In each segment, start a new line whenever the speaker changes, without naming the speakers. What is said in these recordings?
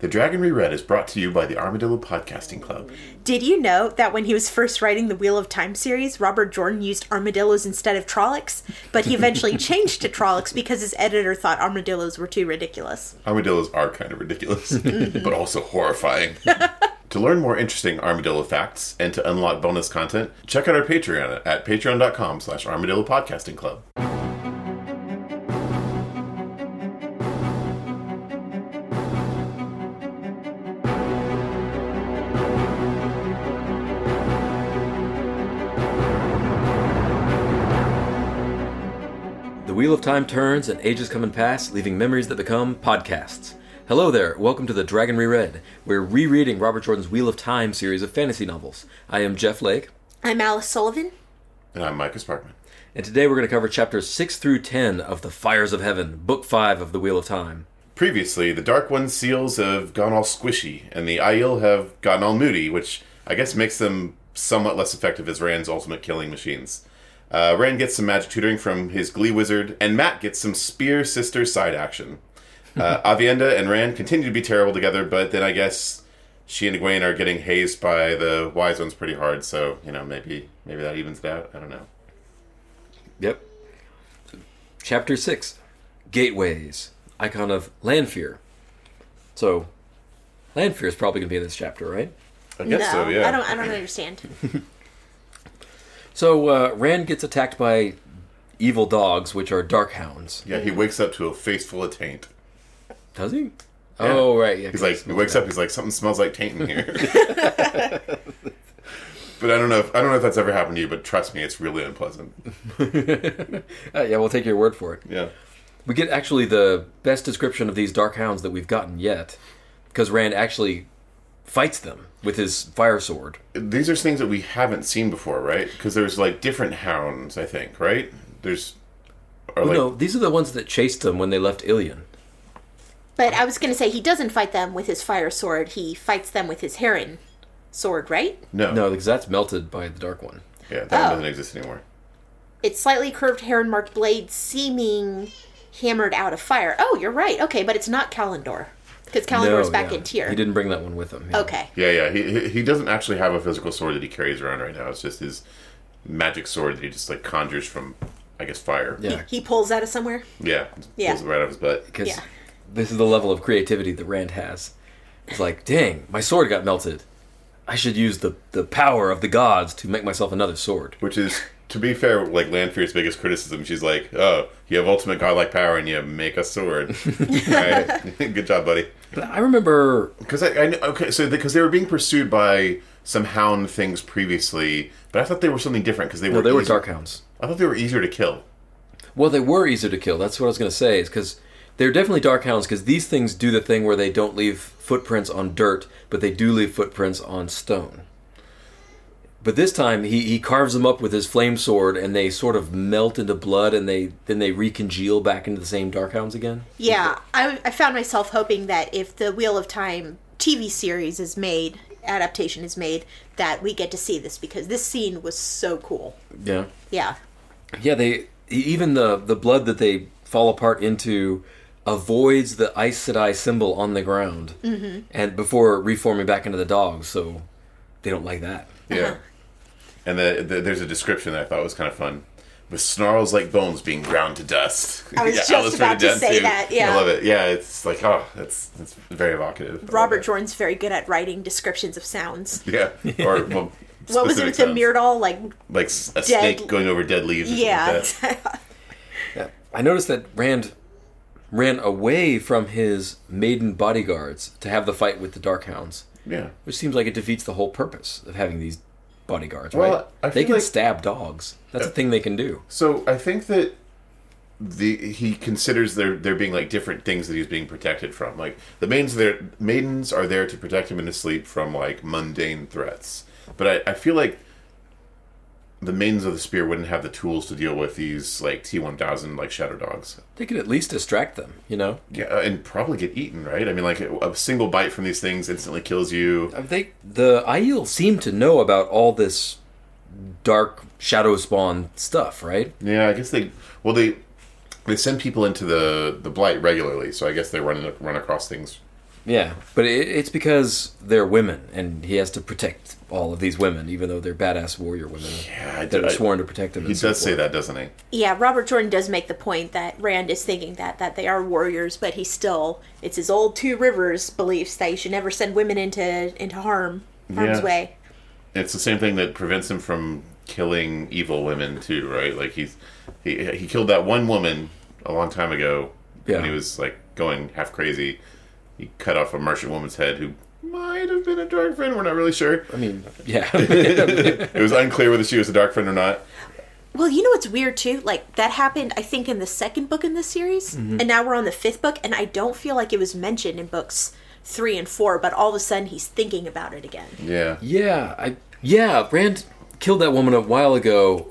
The Dragon Reread is brought to you by the Armadillo Podcasting Club.
Did you know that when he was first writing the Wheel of Time series, Robert Jordan used armadillos instead of trollocs? But he eventually changed to trollocs because his editor thought armadillos were too ridiculous.
Armadillos are kind of ridiculous, but also horrifying. to learn more interesting armadillo facts and to unlock bonus content, check out our Patreon at patreon.com slash armadillo podcasting club.
The wheel of time turns and ages come and pass, leaving memories that become podcasts. Hello there, welcome to the Dragon Reread. We're rereading Robert Jordan's Wheel of Time series of fantasy novels. I am Jeff Lake,
I'm Alice Sullivan.
And I'm Micah Sparkman.
and today we're going to cover chapters 6 through 10 of The Fires of Heaven, book 5 of The Wheel of Time.
Previously, the Dark One's seals have gone all squishy, and the Aiel have gotten all moody, which I guess makes them somewhat less effective as Rand's ultimate killing machines. Uh, Rand gets some magic tutoring from his Glee Wizard, and Matt gets some Spear Sister side action. Uh, Avienda and Rand continue to be terrible together, but then I guess she and Egwene are getting hazed by the Wise Ones pretty hard, so, you know, maybe maybe that evens it out. I don't know.
Yep. Chapter 6 Gateways, icon of Lanfear. So, Lanfear is probably going to be in this chapter, right?
I guess
no,
so, yeah.
I don't. I don't understand.
So, uh, Rand gets attacked by evil dogs, which are dark hounds.
yeah, he wakes up to a face full of taint.
Does he? Oh right, yeah.
He's like, he wakes up. He's like, something smells like taint in here. but I don't know. If, I don't know if that's ever happened to you, but trust me, it's really unpleasant.
Uh, yeah, we'll take your word for it.
Yeah.
We get actually the best description of these dark hounds that we've gotten yet, because Rand actually fights them with his fire sword.
These are things that we haven't seen before, right? Because there's like different hounds, I think, right? There's, or like,
no, these are the ones that chased them when they left Ilion.
But I was going to say he doesn't fight them with his fire sword. He fights them with his heron sword, right?
no,
No, because that's melted by the dark one.
yeah, that
Oh.
doesn't exist anymore.
Its slightly curved heron marked blade seeming hammered out of fire. Oh, you're right. Okay, but it's not Kalendor because Kalendor's
no,
back
yeah.
in tier. Oh,
He didn't bring that one with him. yeah.
Okay.
Yeah, yeah. He he- he doesn't actually have a physical sword that he carries around right now. It's just his magic sword that he just like conjures from, I guess, fire.
Yeah,
He pulls out of somewhere.
Yeah.
Yeah.
Pulls it right out of his butt.
because
Yeah.
this is the level of creativity that Rand has. It's like, dang, my sword got melted. I should use the the power of the gods to make myself another sword.
Which is, to be fair, like Lanfear's biggest criticism. She's like, "Oh, you have ultimate godlike power, and you make a sword. Alright. Good job, buddy."
But I remember
Because I, I kn- okay, so because they were being pursued by some hound things previously, but I thought they were something different because they
no,
were
they were
easier-
dark hounds.
I thought they were easier to kill.
Well, they were easier to kill. That's what I was going to say. Is because they're definitely dark hounds because these things do the thing where they don't leave footprints on dirt, but they do leave footprints on stone. But this time he, he carves them up with his flame sword, and they sort of melt into blood, and they then they recongeal back into the same dark hounds again.
Yeah, I, I found myself hoping that if the Wheel of Time TV series is made, adaptation is made, that we get to see this because this scene was so cool.
Yeah,
Yeah.
yeah. They e, even the the blood that they fall apart into avoids the Aes Sedai symbol on the ground, mm-hmm. and before reforming back into the dogs, so they don't like that.
Uh-huh.
Yeah. And the, the, there's a description that I thought was kind of fun. With snarls like bones being ground to dust.
I was just
Alice wrote it
about to
down,
say that, yeah.
I love it. Yeah, it's like oh, that's that's very evocative. I love
Robert
it.
Jordan's very good at writing descriptions of sounds.
Yeah. Or well,
What was
specific
it, the
sounds.
Myrdal? Like,
Like s- a snake going over dead leaves. Or
yeah.
yeah.
I noticed that Rand ran away from his maiden bodyguards to have the fight with the Dark Hounds,
Yeah.
which seems like it defeats the whole purpose of having these bodyguards,
Well,
right?
I
they
feel
can
like-
stab dogs. That's a thing they can do.
So I think that the he considers there there being like different things that he's being protected from. Like the maidens are there maidens are there to protect him in his sleep from like mundane threats. But I, I feel like the maidens of the spear wouldn't have the tools to deal with these like T one thousand like shadow dogs.
They could at least distract them, you know?
Yeah, uh, and probably get eaten, right? I mean, like a a single bite from these things instantly kills you.
I think the Aiel seem to know about all this dark shadow spawn stuff, right?
Yeah, I guess they well they they send people into the the blight regularly, so I guess they run run across things
Yeah, but it, it's because they're women, and he has to protect all of these women, even though they're badass warrior women
Yeah, I
that
did.
are
I-
sworn to protect him.
he does say that, doesn't he?
Yeah, Robert Jordan does make the point that Rand is thinking that that they are warriors, but he still it's his old Two Rivers beliefs that you should never send women into into harm harm's
Yeah.
way.
It's the same thing that prevents him from killing evil women too, right? Like he's he he killed that one woman a long time ago
Yeah.
when he was like going half crazy. He cut off a merchant woman's head who might have been a dark friend. We're not really sure.
I mean, yeah,
It was unclear whether she was a dark friend or not.
Well, you know what's weird too? Like that happened, I think, in the second book in this series, and now we're on the fifth book, and I don't feel like it was mentioned in books three and four, but all of a sudden he's thinking about it again.
Yeah,
yeah, I yeah. Rand killed that woman a while ago,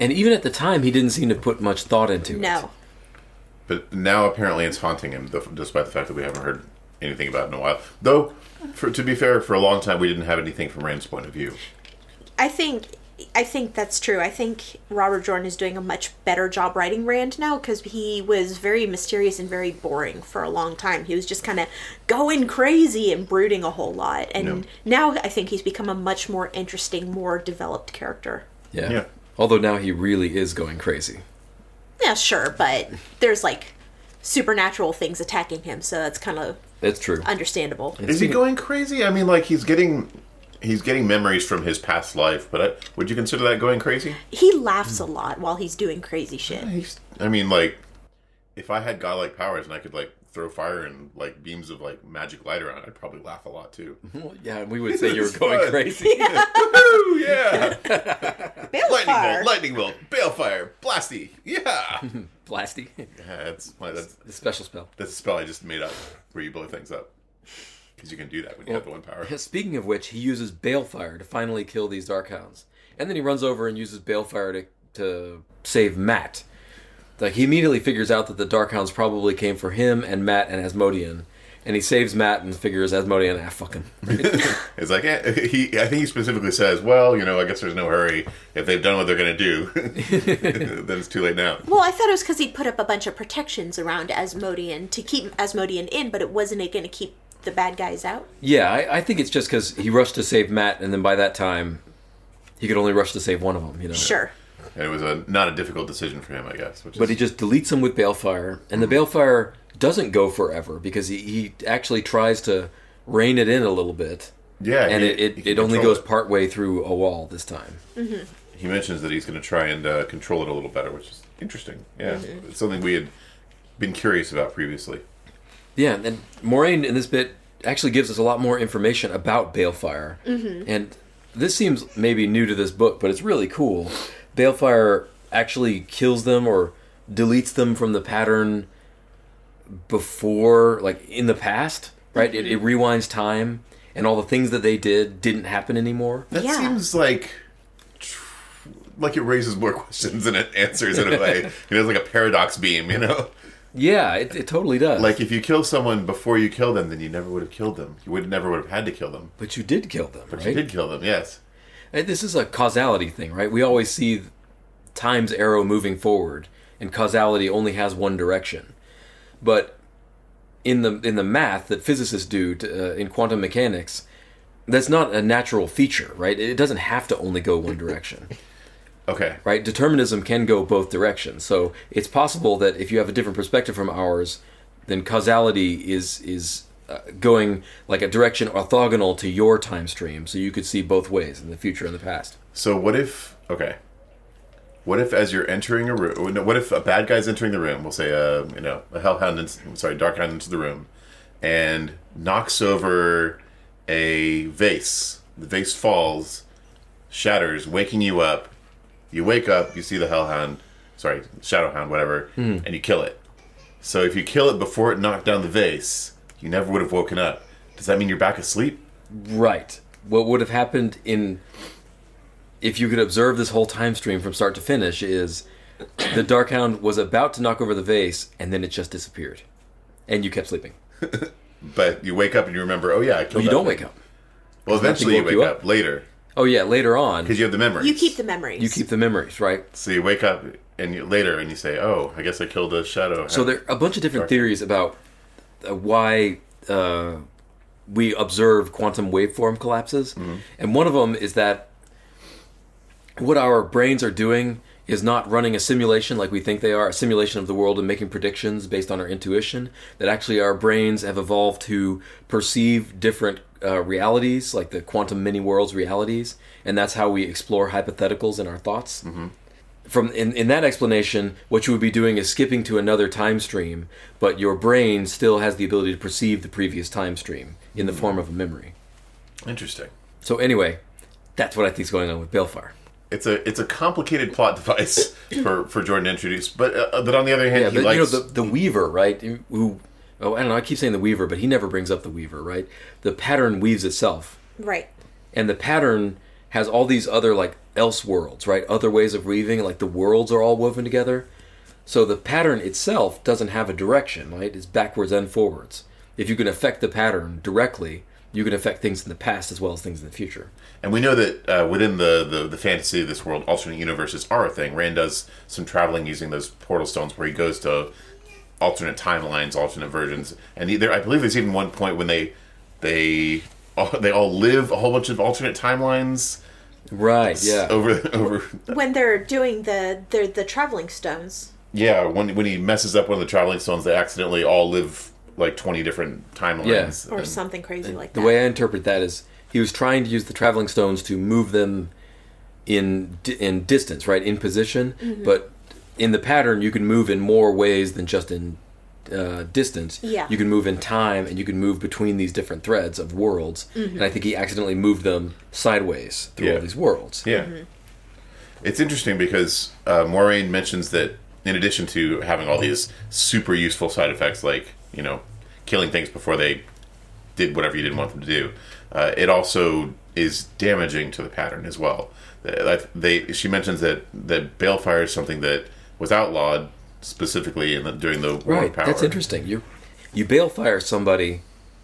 and even at the time, he didn't seem to put much thought into it.
No,
but now apparently it's haunting him, though, despite the fact that we haven't heard anything about it in a while. Though, for, to be fair, for a long time we didn't have anything from Rand's point of view.
I think I think that's true. I think Robert Jordan is doing a much better job writing Rand now because he was very mysterious and very boring for a long time. He was just kind of going crazy and brooding a whole lot, and
Yeah.
now I think he's become a much more interesting, more developed character.
Yeah.
Yeah.
Although now he really is going crazy.
Yeah, sure, but there's like supernatural things attacking him, so that's kind of
That's true.
understandable.
Is he going crazy? I mean, like he's getting he's getting memories from his past life, but I, would you consider that going crazy?
He laughs a lot while he's doing crazy shit.
He's, I mean, like if I had godlike powers and I could like throw fire and like beams of like magic light around, I'd probably laugh a lot too.
Well, yeah, we would say you were
It's
going
fun.
crazy.
Woo, yeah! lightning
Balefire.
bolt, lightning bolt, balefire, blasty, yeah. yeah
Blasty,
that's my that's
the special spell.
that's a spell I just made up where you blow things up because you can do that when you have the one power.
Speaking of which, he uses Balefire to finally kill these Darkhounds. And then he runs over and uses Balefire to, to save Matt. Like, he immediately figures out that the Darkhounds probably came for him and Matt and Asmodian. And he saves Matt and figures Asmodian, ah, fuck him.
It's like eh, he. I think he specifically says, "Well, you know, I guess there's no hurry. If they've done what they're going to do, then it's too late now."
Well, I thought it was because he'd put up a bunch of protections around Asmodian to keep Asmodian in, but it wasn't it going to keep the bad guys out.
yeah, I, I think it's just because he rushed to save Matt, and then by that time, he could only rush to save one of them, you know?
Sure.
And it was a not a difficult decision for him, I guess. Which
But he
is,
just deletes them with Balefire, and the Balefire doesn't go forever because he, he actually tries to rein it in a little bit.
yeah,
and
he-
it, it,
he
it only
control
goes
it.
part way through a wall this time.
He mentions that he's going to try and uh, control it a little better, which is interesting. Yeah,
Mm-hmm.
it's something we had been curious about previously.
Yeah, and Moraine in this bit actually gives us a lot more information about Balefire. Mm-hmm. And this seems maybe new to this book, but it's really cool. Balefire actually kills them or deletes them from the pattern before, like in the past, right? It, it rewinds time, and all the things that they did didn't happen anymore.
That
Yeah.
seems like tr- like it raises more questions than it answers in a way. it has like a paradox beam, you know.
Yeah, it, it totally does.
Like if you kill someone before you kill them, then you never would have killed them. You would never would have had to kill them.
but you did kill them,
But
right?
you did kill them, yes.
Uh, This is a causality thing, right? We always see time's arrow moving forward, and causality only has one direction. But in the in the math that physicists do to, uh, in quantum mechanics, that's not a natural feature, right? It doesn't have to only go one direction,
Okay.
right? Determinism can go both directions, so it's possible that if you have a different perspective from ours, then causality is is uh, going like a direction orthogonal to your time stream, so you could see both ways in the future and the past.
So what if okay? What if as you're entering a room, no, what if a bad guy's entering the room? We'll say, uh, you know, a hellhound, in, sorry, darkhound into the room, and knocks over a vase. The vase falls, shatters, waking you up. You wake up, you see the hellhound, sorry, shadowhound, whatever,
Hmm.
and you kill it. So if you kill it before it knocked down the vase, you never would have woken up. Does that mean you're back asleep?
Right. What would have happened in if you could observe this whole time stream from start to finish is the Darkhound was about to knock over the vase and then it just disappeared. And you kept sleeping.
But you wake up and you remember, oh yeah, I killed.
You
that
don't
thing.
wake up.
Well, eventually you
woke
wake
you
up.
up.
later
Oh yeah, later on
because you have the memories.
You keep the memories.
you keep the memories, right?
So you wake up and you, later and you say, "Oh, I guess I killed a shadow."
So there are a bunch of different theories about uh, why uh, we observe quantum waveform collapses, and one of them is that what our brains are doing is not running a simulation like we think they are, a simulation of the world and making predictions based on our intuition, that actually our brains have evolved to perceive different uh, realities, like the quantum mini worlds realities, and that's how we explore hypotheticals in our thoughts. From in, in that explanation, what you would be doing is skipping to another time stream, but your brain still has the ability to perceive the previous time stream in the form of a memory.
Interesting.
So anyway, that's what I think is going on with Balefire.
It's a it's a complicated plot device for, for Jordan to introduce, but uh, but on the other hand,
Yeah,
he
but
likes
you know the the Weaver, right? Who? Oh, I don't know. I keep saying the Weaver, but he never brings up the Weaver, right? The pattern weaves itself,
Right.
and the pattern has all these other like else worlds, right? Other ways of weaving, like the worlds are all woven together. So the pattern itself doesn't have a direction, right? It's backwards and forwards. If you can affect the pattern directly, you can affect things in the past as well as things in the future.
And we know that uh, within the, the, the fantasy of this world, alternate universes are a thing. Rand does some traveling using those portal stones where he goes to alternate timelines, alternate versions, and either I believe there's even one point when they they all, they all live a whole bunch of alternate timelines
Right. Yeah.
over over
When they're doing the the, the traveling stones.
yeah when when he messes up one of the traveling stones, they accidentally all live like twenty different timelines.
Or
And-
something crazy like
The
that.
way I interpret that is he was trying to use the traveling stones to move them in di- in distance, right, in position. But in the pattern, you can move in more ways than just in uh, distance.
Yeah.
you can move in time, and you can move between these different threads of worlds. And I think he accidentally moved them sideways through
Yeah.
all these worlds.
Yeah. Mm-hmm. It's interesting because uh, Moraine mentions that in addition to having all these super useful side effects, like, you know, killing things before they did whatever you didn't want them to do, uh, it also is damaging to the pattern as well. Uh, like, They, she mentions that, that balefire is something that was outlawed specifically in the, during the War
Right,
of Power.
that's interesting. You you bail fire somebody,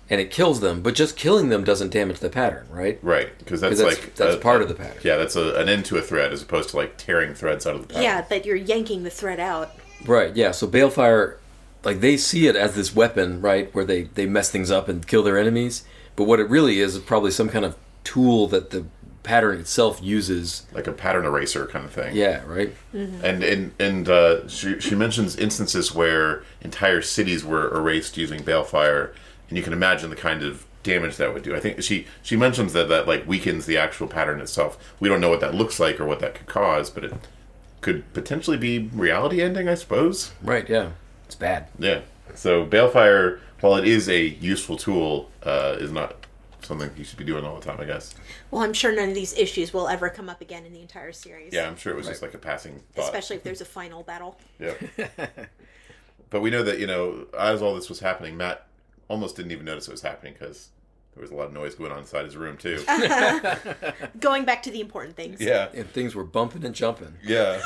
and it kills them, but just killing them doesn't damage the pattern, right?
Right, because that's,
'Cause that's
like
that's
a-
part of the pattern.
Yeah, that's a, an end to a thread as opposed to like tearing threads out of the pattern.
yeah, but you're yanking the thread out.
Right, yeah. So Balefire, like they see it as this weapon, right, where they they mess things up and kill their enemies. But what it really is is probably some kind of tool that the pattern itself uses.
like a pattern eraser kind of thing.
Yeah, right.
And and and uh, she she mentions instances where entire cities were erased using balefire, and you can imagine the kind of damage that would do. I think she she mentions that that like weakens the actual pattern itself. We don't know what that looks like or what that could cause, but it could potentially be reality ending, I suppose.
Right, yeah. It's bad.
Yeah. So balefire, while it is a useful tool, uh, is not something you should be doing all the time. I guess.
Well, I'm sure none of these issues will ever come up again in the entire series.
Yeah, I'm sure it was just like a passing. Thought.
Especially if there's a final battle.
Yeah. but we know that, you know, as all this was happening, Matt almost didn't even notice it was happening because there was a lot of noise going on inside his room, too.
Going back to the important things.
yeah.
And things were bumping and jumping.
Yeah.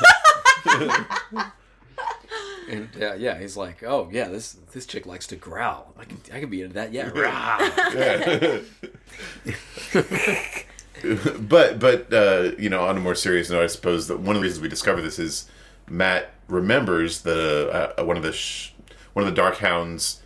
And uh, yeah, he's like, oh yeah, this this chick likes to growl. I could I could be into that. Yeah. rah.
Yeah. but but uh, you know, on a more serious note, I suppose that one of the reasons we discover this is Matt remembers the uh, one of the sh- one of the Dark Hounds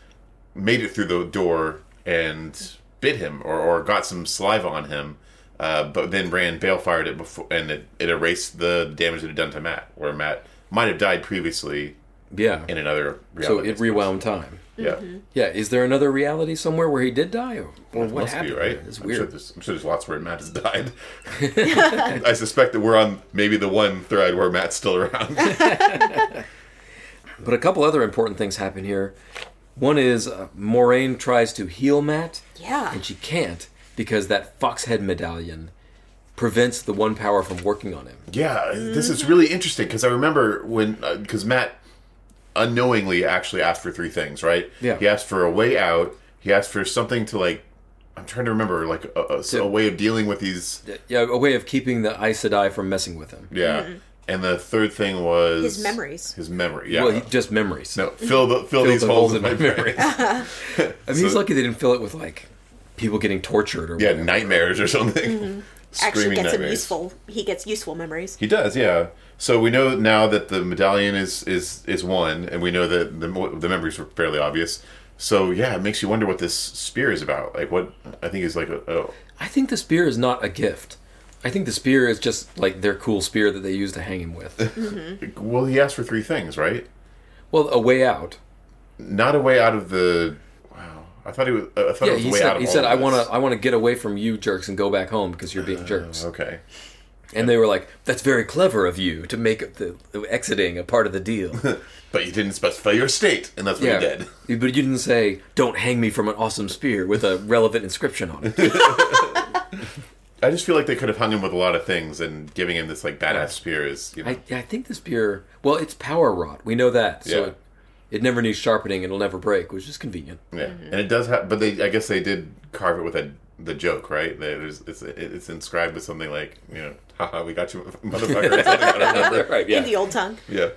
made it through the door and bit him or, or got some saliva on him. Uh, but then Rand bail fired it before, and it, it erased the damage it had done to Matt, where Matt might have died previously
yeah.
in another
So
reality.
it rewound time.
yeah,
Yeah. Is there another reality somewhere where he did die, or, or what
Must
happened?
be right.
there? It's
I'm sure,
weird.
there's, I'm sure there's lots where Matt has died. I suspect that we're on maybe the one thread where Matt's still around.
But a couple other important things happen here. One is uh, Moraine tries to heal Matt,
Yeah.
and she can't because that foxhead medallion prevents the one power from working on him.
yeah, this is really interesting because I remember when because Matt unknowingly actually asked for three things, right?
Yeah.
He asked for a way out. He asked for something to like. I'm trying to remember like a, a, a way of dealing with these.
Yeah, a way of keeping the Aes Sedai from messing with him.
Yeah. And the third thing was
Mm-hmm. His memories.
His memory. Yeah.
Well, he, just memories.
no, fill the, fill, these
the
holes, in my
memory.
memory.
I mean, he's lucky they didn't fill it with like people getting tortured or
yeah,
whatever.
nightmares or something.
Mm-hmm. Actually
Screaming
gets him
nightmares.
useful he gets useful memories.
He does, yeah. So we know now that the medallion is is is one, and we know that the mo- the memories were fairly obvious. So yeah, it makes you wonder what this spear is about. Like what I think is like a, oh
I think the spear is not a gift. I think the spear is just like their cool spear that they use to hang him with.
well he asked for three things right?
well, a way out.
Not a way out of the wow. I thought he was I thought
Yeah,
it was a
he
way out
said,
of
he
all
said
of
I
this." Uh,
want to I want to get away from you jerks and go back home because you're being jerks.
Okay.
And they were like, "That's very clever of you to make the, the exiting a part of the deal."
But you didn't specify your state, and that's what
yeah,
he did.
but you didn't say, "Don't hang me from an awesome spear with a relevant inscription on it."
I just feel like they could have hung him with a lot of things, and giving him this like badass spear is you know
I, yeah, I think the spear. Well, it's power wrought. We know that, so
Yeah.
it, it never needs sharpening and it'll never break, which is convenient.
yeah. And it does have, but they I guess they did carve it with a the joke right. There's it's it's inscribed with something like you know haha we got you motherfucker. or something, I don't remember.
Right?
In the old tongue.
Yeah.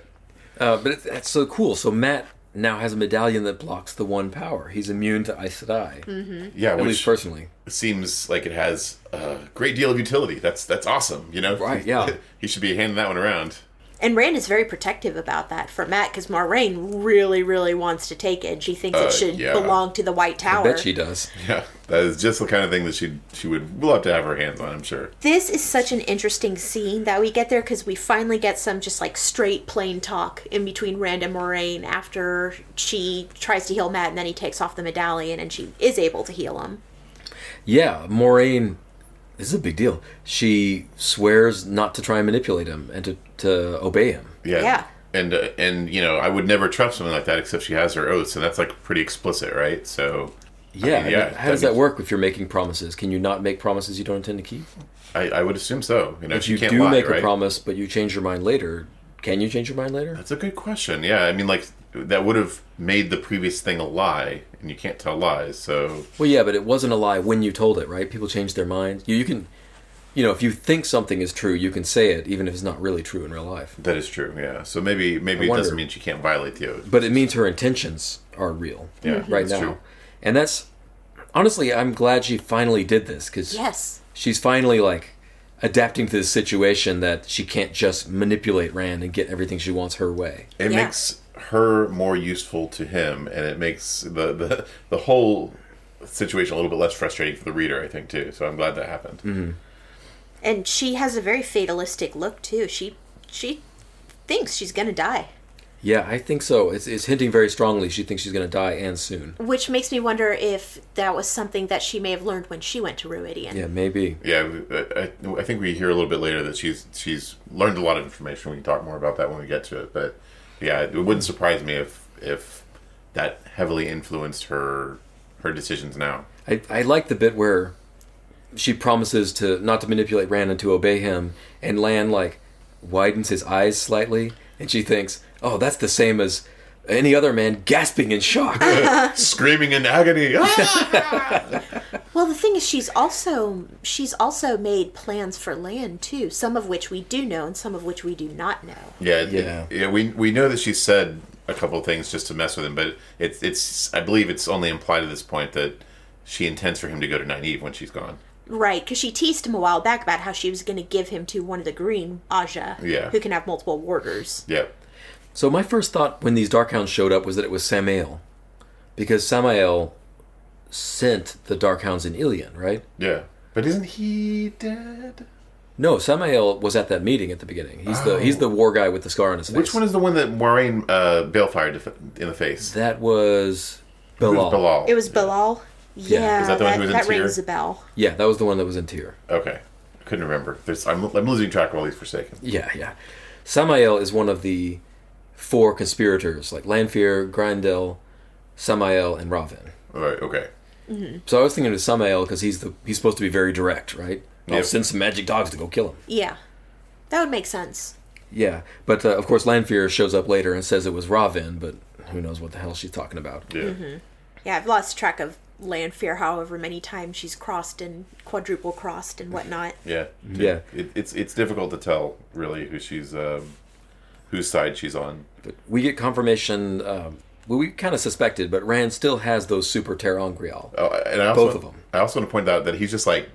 Uh, but it, that's so cool. So Matt now has a medallion that blocks the one power. He's immune to Aes Sedai,
Yeah,
at
which
least personally.
seems like it has a great deal of utility. That's that's awesome, you know.
Right, yeah.
he should be handing that one around.
And Rand is very protective about that for Matt because Moraine really, really wants to take it. She thinks
Uh,
it should
yeah.
belong to the White Tower.
Bet she does.
Yeah, that is just the kind of thing that she she would love to have her hands on. I'm sure.
this is such an interesting scene that we get there because we finally get some just like straight plain talk in between Rand and Moraine after she tries to heal Matt and then he takes off the medallion and she is able to heal him.
Yeah, Moraine. This is a big deal. She swears not to try and manipulate him and to, to obey him.
Yeah.
Yeah.
And uh, and you know, I would never trust something like that except she has her oaths, and that's like pretty explicit, right? So
Yeah,
mean, yeah,
How does
that
that
means-
work if you're making promises? Can you not make promises you don't intend to keep?
I, I would assume so. You know,
If
she
you
can't
do
lie,
make
right?
a promise, but you change your mind later, can you change your mind later?
That's a good question. Yeah, I mean, like that would have made the previous thing a lie, and you can't tell lies. So
Well, yeah, but it wasn't a lie when you told it, right? People change their minds. You, you can, you know, if you think something is true, you can say it, even if it's not really true in real life.
that is true. Yeah. So maybe maybe
I
it
wonder.
doesn't mean she can't violate the oath.
But it means her intentions are real
Yeah,
right
that's
now.
true.
And that's honestly, I'm glad she finally did this because
Yes.
she's finally like adapting to this situation that she can't just manipulate Rand and get everything she wants her way.
it
Yeah.
makes her more useful to him and it makes the, the the whole situation a little bit less frustrating for the reader i think too so i'm glad that happened
And she has a very fatalistic look too. She she thinks she's gonna die.
Yeah, I think so. It's, it's hinting very strongly she thinks she's going to die and soon.
Which makes me wonder if that was something that she may have learned when she went to Ruidian.
Yeah, maybe.
yeah I, I- I think we hear a little bit later that she's she's learned a lot of information we can talk more about that when we get to it but yeah it wouldn't surprise me if if that heavily influenced her her decisions now
I, I like the bit where she promises to not to manipulate Rand and to obey him, and Lan like widens his eyes slightly, and she thinks, "Oh, that's the same as any other man gasping in shock."
screaming in agony Ah!
Well, the thing is, she's also she's also made plans for land too. Some of which we do know, and some of which we do not know.
Yeah, it-
Yeah.
yeah. We we know that she said a couple of things just to mess with him, but it's it's I believe it's only implied at this point that she intends for him to go to naive when she's gone.
Right? Because she teased him a while back about how she was going to give him to one of the green Aja,
Yeah.
who can have multiple warders.
Yeah,
so my first thought when these Darkhounds showed up was that it was Samael, because Samael sent the Darkhounds in Ilion, right?
yeah. But isn't he dead?
No, Samael was at that meeting at the beginning. He's the he's the war guy with the scar on his face.
Oh. Which one is the one that Moraine uh, Balefired in the face?
That was
It
Bilal.
was Bilal.
It was Bilal. Yeah,
that
Is
that,
the one who was in
that
Tyr?
rings a bell.
Yeah, that was the one that was in Tyr.
Okay, I couldn't remember. There's I'm I'm losing track of all these Forsaken.
Yeah, yeah. Samael is one of the four conspirators, like Lanfear, Grindel, Samael, and Ravin.
All right, okay.
So I was thinking of Samael because he's the he's supposed to be very direct, right? I'll
Yep.
send some magic dogs to go kill him.
Yeah, that would make sense.
Yeah, but uh, of course Lanfear shows up later and says it was Ravin, but who knows what the hell she's talking about?
Yeah.
Mm-hmm. Yeah, I've lost track of land fear. However many times she's crossed and quadruple crossed and whatnot.
Yeah,
Yeah.
It, it's it's difficult to tell really who she's um, whose side she's on.
We get confirmation. Um, well, we kind of suspected, but Rand still has those super Terangreal.
Oh, and I also,
Both of 'em.
I also want to point out that he's just like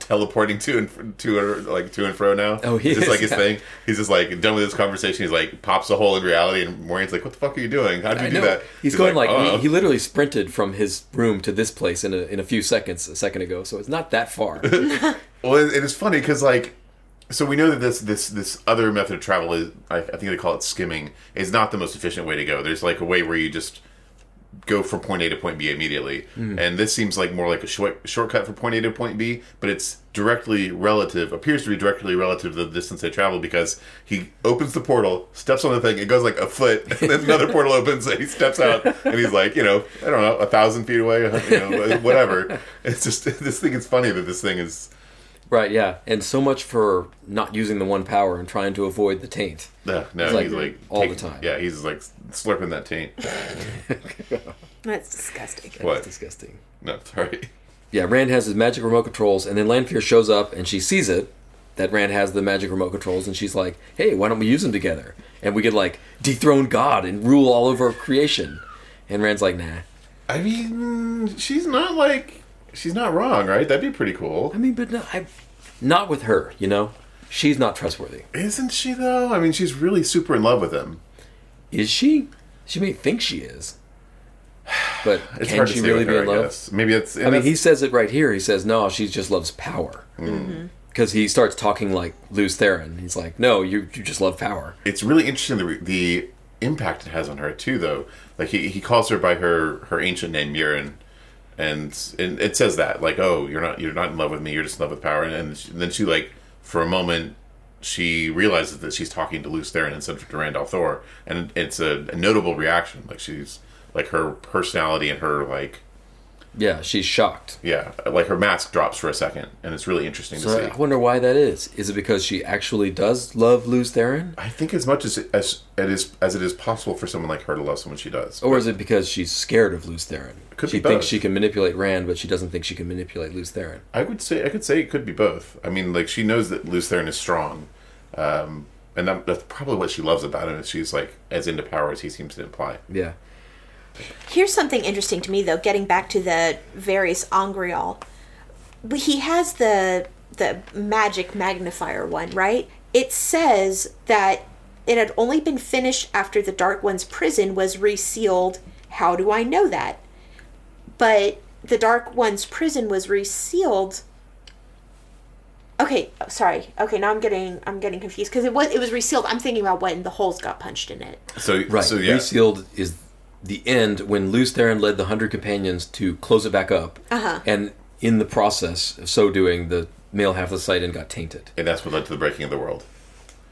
teleporting to and to and- like to and fro now.
Oh, he
It's just
is,
like his
yeah.
thing. He's just like done with this conversation. He's like pops a hole in reality, and Moraine's like, "What the fuck are you doing? How did you
I
do
know.
that?"
He's, going like, "Uh-huh."
"Oh."
he, he literally sprinted from his room to this place in a, in a few seconds a second ago, so it's not that far.
Well, it, it is funny because like, so we know that this this this other method of travel is, I, I think they call it skimming, is not the most efficient way to go. There's like a way where you just go from point A to point B immediately, and this seems like more like a short, shortcut from point A to point B, but it's directly relative. Appears to be directly relative to the distance they travel because he opens the portal, steps on the thing, it goes like a foot, and then another portal opens, and he steps out, and he's like, you know, I don't know, a thousand feet away, you know, whatever. It's just this thing is funny that this thing is.
right, yeah. And so much for not using the one power and trying to avoid the taint.
No, no,
It's like
he's like
all the
taking-
time.
Yeah, he's like slurping that taint.
That's disgusting.
That's
What?
disgusting.
No, sorry.
Yeah, Rand has his magic remote controls, and then Lanfear shows up and she sees it that Rand has the magic remote controls, and she's like, "Hey, why don't we use them together?" And we could like dethrone God and rule all over creation. And Rand's like, "Nah."
I mean, she's not like she's not wrong, right? That'd be pretty cool,
I mean, but no, I, not with her. You know, she's not trustworthy.
isn't she? Though I mean, she's really super in love with him.
Is she? She may think she is, but
It's
can
hard to
she
say
really
with
be
her,
in
I
love?
guess. Maybe it's.
I mean, he says it right here. He says, "No, she just loves power," because he starts talking like Luz Theron. He's like, "No, you you just love power."
it's really interesting the, re- the impact it has on her too though like he, he calls her by her her ancient name Murin and and it says that like oh you're not you're not in love with me you're just in love with power and, and, she- then she like for a moment she realizes that she's talking to Luce Theron instead of to Randall Thor and it's a, a notable reaction like she's like her personality and her like
Yeah, she's shocked.
yeah like her mask drops for a second and it's really interesting to see
I wonder why that is. Is it because she actually does love Luz Theron?
I think as much as as it is as it is possible for someone like her to love someone she does
Or is it because she's scared of Luz Theron?
Could
she
be both.
thinks she can manipulate Rand, but she doesn't think she can manipulate Luz Theron.
I would say I could say it could be both. I mean, like she knows that Luce Theron is strong, um, and that, that's probably what she loves about him. Is she's like as into power as he seems to imply.
Yeah.
Here's something interesting to me, though. Getting back to the various Angreal, he has the the magic magnifier one, right? It says that it had only been finished after the Dark One's prison was resealed. How do I know that? But the Dark One's prison was resealed. Okay, oh, sorry. Okay, now I'm getting I'm getting confused because it was it was resealed. I'm thinking about when the holes got punched in it.
So
Right.
so yeah,
Resealed is the end when Luz Theron led the Hundred Companions to close it back up.
Uh-huh.
And in the process of so doing, the male half of the Sidon got tainted.
and that's what led to the breaking of the world.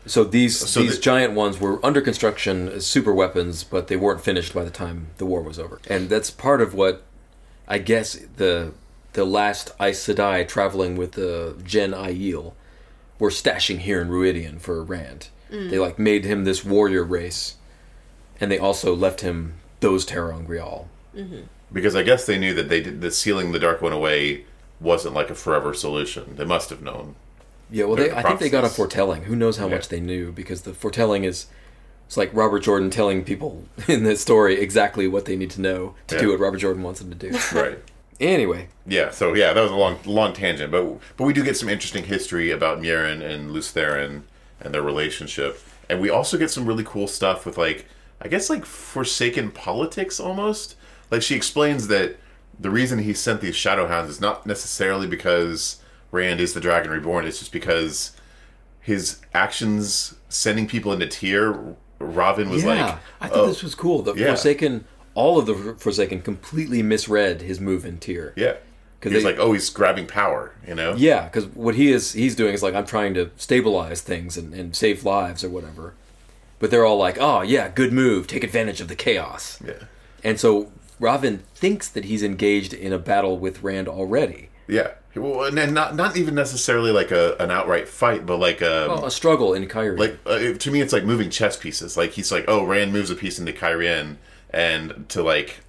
So these these
the-
giant ones were under construction as super weapons, but they weren't finished by the time the war was over. And that's part of what I guess the the last Aes Sedai traveling with the Gen Aiel were stashing here in Ruidian for Rand. They like made him this warrior race, and they also left him those Terrong Grial.
Because I guess they knew that they did, that sealing the Dark One away wasn't like a forever solution. They must have known.
Yeah, well, they,
the
I think they got a
process.
foretelling. Who knows how much they knew because the foretelling is it's like Robert Jordan telling people in the story exactly what they need to know to
Yeah.
do what Robert Jordan wants them to do.
Right.
anyway,
Yeah, so yeah, that was a long, long tangent, but but we do get some interesting history about Murin and Luce Theron and their relationship, and we also get some really cool stuff with like I guess like forsaken politics almost. Like she explains that the reason he sent these Shadowhounds is not necessarily because Rand is the Dragon Reborn; it's just because his actions sending people into tear. Robin was
yeah,
like, oh,
I thought this was cool. The
yeah.
Forsaken, all of the For- Forsaken, completely misread his move in tier.
yeah,
Could
he was
they-
like, oh, he's grabbing power, you know?
Yeah, because what he is he's doing is like I'm trying to stabilize things and, and save lives or whatever. But they're all like, oh yeah, good move. Take advantage of the chaos.
yeah.
And so Robin thinks that he's engaged in a battle with Rand already.
Yeah. Well, and then not not even necessarily like a an outright fight, but like a
Well, a struggle in Kyrie.
like uh, it- to me, it's like moving chess pieces. Like he's like, oh, Rand moves a piece into Kyrian, and to like,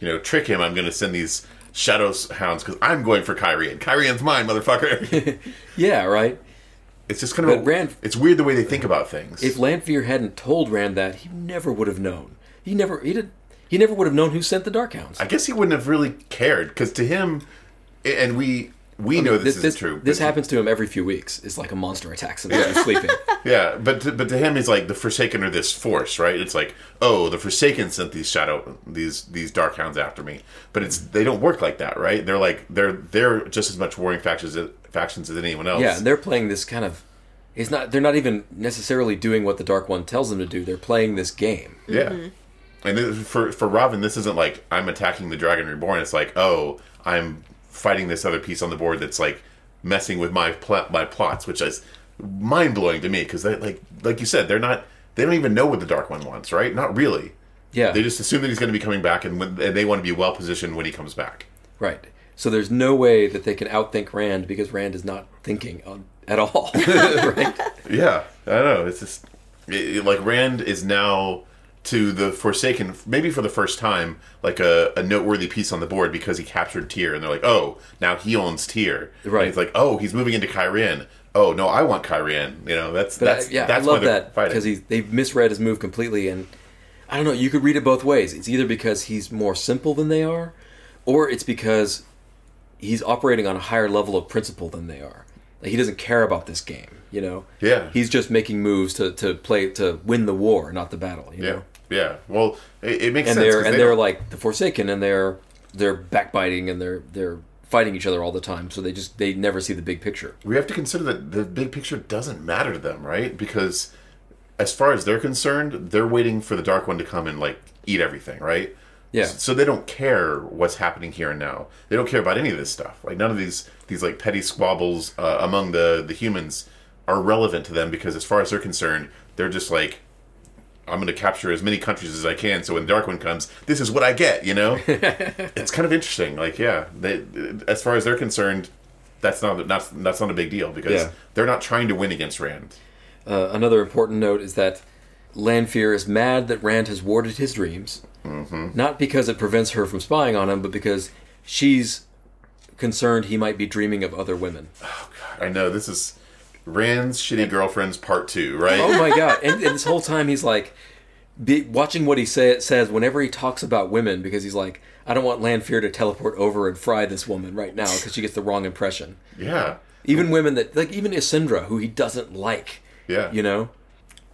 you know, trick him, I'm going to send these shadow hounds because I'm going for Kyrian. Kyrian's mine, motherfucker.
yeah, right?
it's just kind of
But
a,
Rand-
It's weird the way they think about things.
If Lanfear hadn't told Rand that, he never would have known. He never he did he never would have known who sent the Darkhounds.
I guess he wouldn't have really cared because to him, and we we know this, is true.
This
but-
happens to him every few weeks. It's like a monster attacks him while he's sleeping.
Yeah, but to, but to him, he's like the Forsaken are this force, right? It's like, oh, the Forsaken sent these shadow these these dark hounds after me, but it's they don't work like that, right? They're like they're they're just as much warring factions as, factions as anyone else.
Yeah, and they're playing this kind of. It's not. They're not even necessarily doing what the Dark One tells them to do. They're playing this game.
Yeah. And this, for for Robin, this isn't like I'm attacking the Dragon Reborn. It's like, oh, I'm fighting this other piece on the board that's like messing with my pl- my plots, which is mind blowing to me because they like like you said, they're not they don't even know what the Dark One wants, right? Not really.
Yeah,
They just assume that he's going to be coming back, and, when, and they want to be well positioned when he comes back.
right. So there's no way that they can outthink Rand because Rand is not thinking on, at all. right?
Yeah, I don't know. It's just it, it- like Rand is now to the Forsaken, maybe for the first time, like a, a noteworthy piece on the board because he captured Tyr, and they're like, oh, now he owns Tyr.
Right.
And it's like, oh, he's moving into Kyrian. Oh no, I want Kyrian. You know, that's
But I-
that's
yeah,
that's
I
why
love
they're
that
fighting.
because he they've misread his move completely, and I don't know. You could read it both ways. It's either because he's more simple than they are, or it's because he's operating on a higher level of principle than they are. Like he doesn't care about this game, you know.
Yeah.
he's just making moves to, to play to win the war, not the battle. You
yeah,
know,
yeah. Well, it, it makes
and
sense.
they're
'cause
and
they
they are
don't-
like the Forsaken, and they're they're backbiting and they're they're fighting each other all the time. So they just they never see the big picture.
we have to consider that the big picture doesn't matter to them, right? Because as far as they're concerned, they're waiting for the Dark One to come and like eat everything, right?
Yeah.
So they don't care what's happening here and now. They don't care about any of this stuff. Like none of these these like petty squabbles uh, among the the humans are relevant to them because as far as they're concerned, they're just like I'm going to capture as many countries as I can. So when the Dark One comes, this is what I get. You know, it's kind of interesting. Like, yeah, they, as far as they're concerned, that's not that's, that's not a big deal because
Yeah.
they're not trying to win against Rand.
Uh, another important note is that Lanfear is mad that Rand has warded his dreams, not because it prevents her from spying on him, but because she's concerned he might be dreaming of other women.
I know this is Rand's shitty girlfriends part two, right?
Oh my god! And, and this whole time he's like, be, watching what he say, says whenever he talks about women, because he's like, I don't want Lanfear to teleport over and fry this woman right now because she gets the wrong impression.
Yeah,
Even women that like, even Isindra, who he doesn't like.
Yeah.
you know,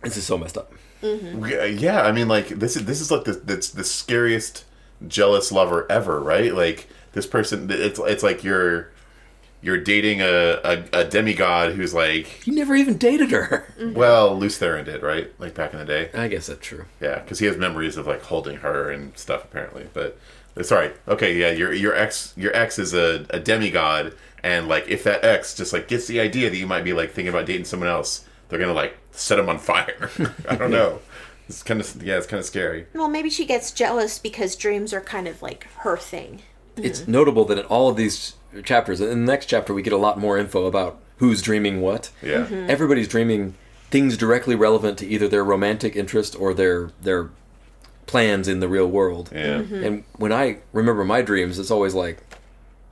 this is so messed up.
yeah. uh, yeah, I mean, like this is this is like the that's the scariest jealous lover ever, right? Like this person, it's it's like you're you're dating a a, a demigod who's like,
He never even dated her.
Mm-hmm. well, Luce Theron did, right? Like back in the day.
I guess that's true.
Yeah, because he has memories of like holding her and stuff apparently. But it's all right. Okay, yeah, your your ex your ex is a, a demigod, and like if that ex just like gets the idea that you might be like thinking about dating someone else, they're gonna like set him on fire. I don't know. It's kind of yeah, it's kind of scary.
Well, maybe she gets jealous because dreams are kind of like her thing.
It's notable that in all of these chapters, in the next chapter, we get a lot more info about who's dreaming what.
Yeah,
Mm-hmm.
Everybody's dreaming things directly relevant to either their romantic interest or their their plans in the real world.
yeah.
Mm-hmm.
And when I remember my dreams, it's always like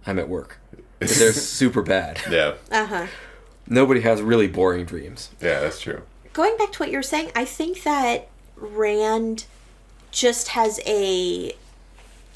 I'm at work. They're super bad.
Yeah,
Uh huh.
Nobody has really boring dreams.
yeah, that's true.
Going back to what you were saying, I think that Rand just has a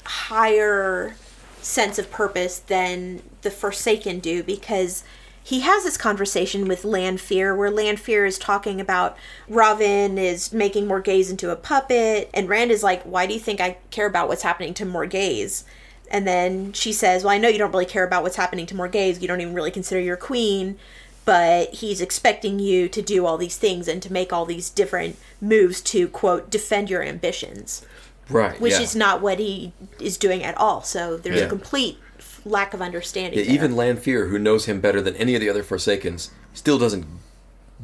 higher sense of purpose than the Forsaken do because he has this conversation with Lanfear where Lanfear is talking about Robin is making Morgaze into a puppet, and Rand is like, Why do you think I care about what's happening to Morgaze? And then she says, Well, I know you don't really care about what's happening to Morgaze, you don't even really consider your queen. But he's expecting you to do all these things and to make all these different moves to, quote, defend your ambitions
Right.
which
yeah.
is not what he is doing at all. So there's
Yeah.
a complete f- lack of understanding.
Yeah,
there.
even Lanfear, who knows him better than any of the other Forsakens, still doesn't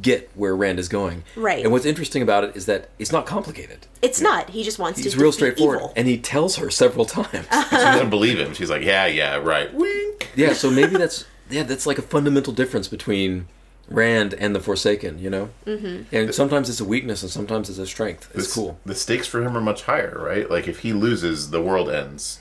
get where Rand is going.
Right.
And what's interesting about it is that it's not complicated.
it's not. He just wants
He's
to
real
defeat
straightforward,
evil.
and he tells her several times.
She doesn't believe him. She's like, yeah, yeah, right. Wink.
yeah, so maybe that's yeah, that's like a fundamental difference between Rand and the Forsaken, you know. Mm-hmm. And sometimes it's a weakness, and sometimes it's a strength. It's
This-
cool.
The stakes for him are much higher, right? Like if he loses, the world ends,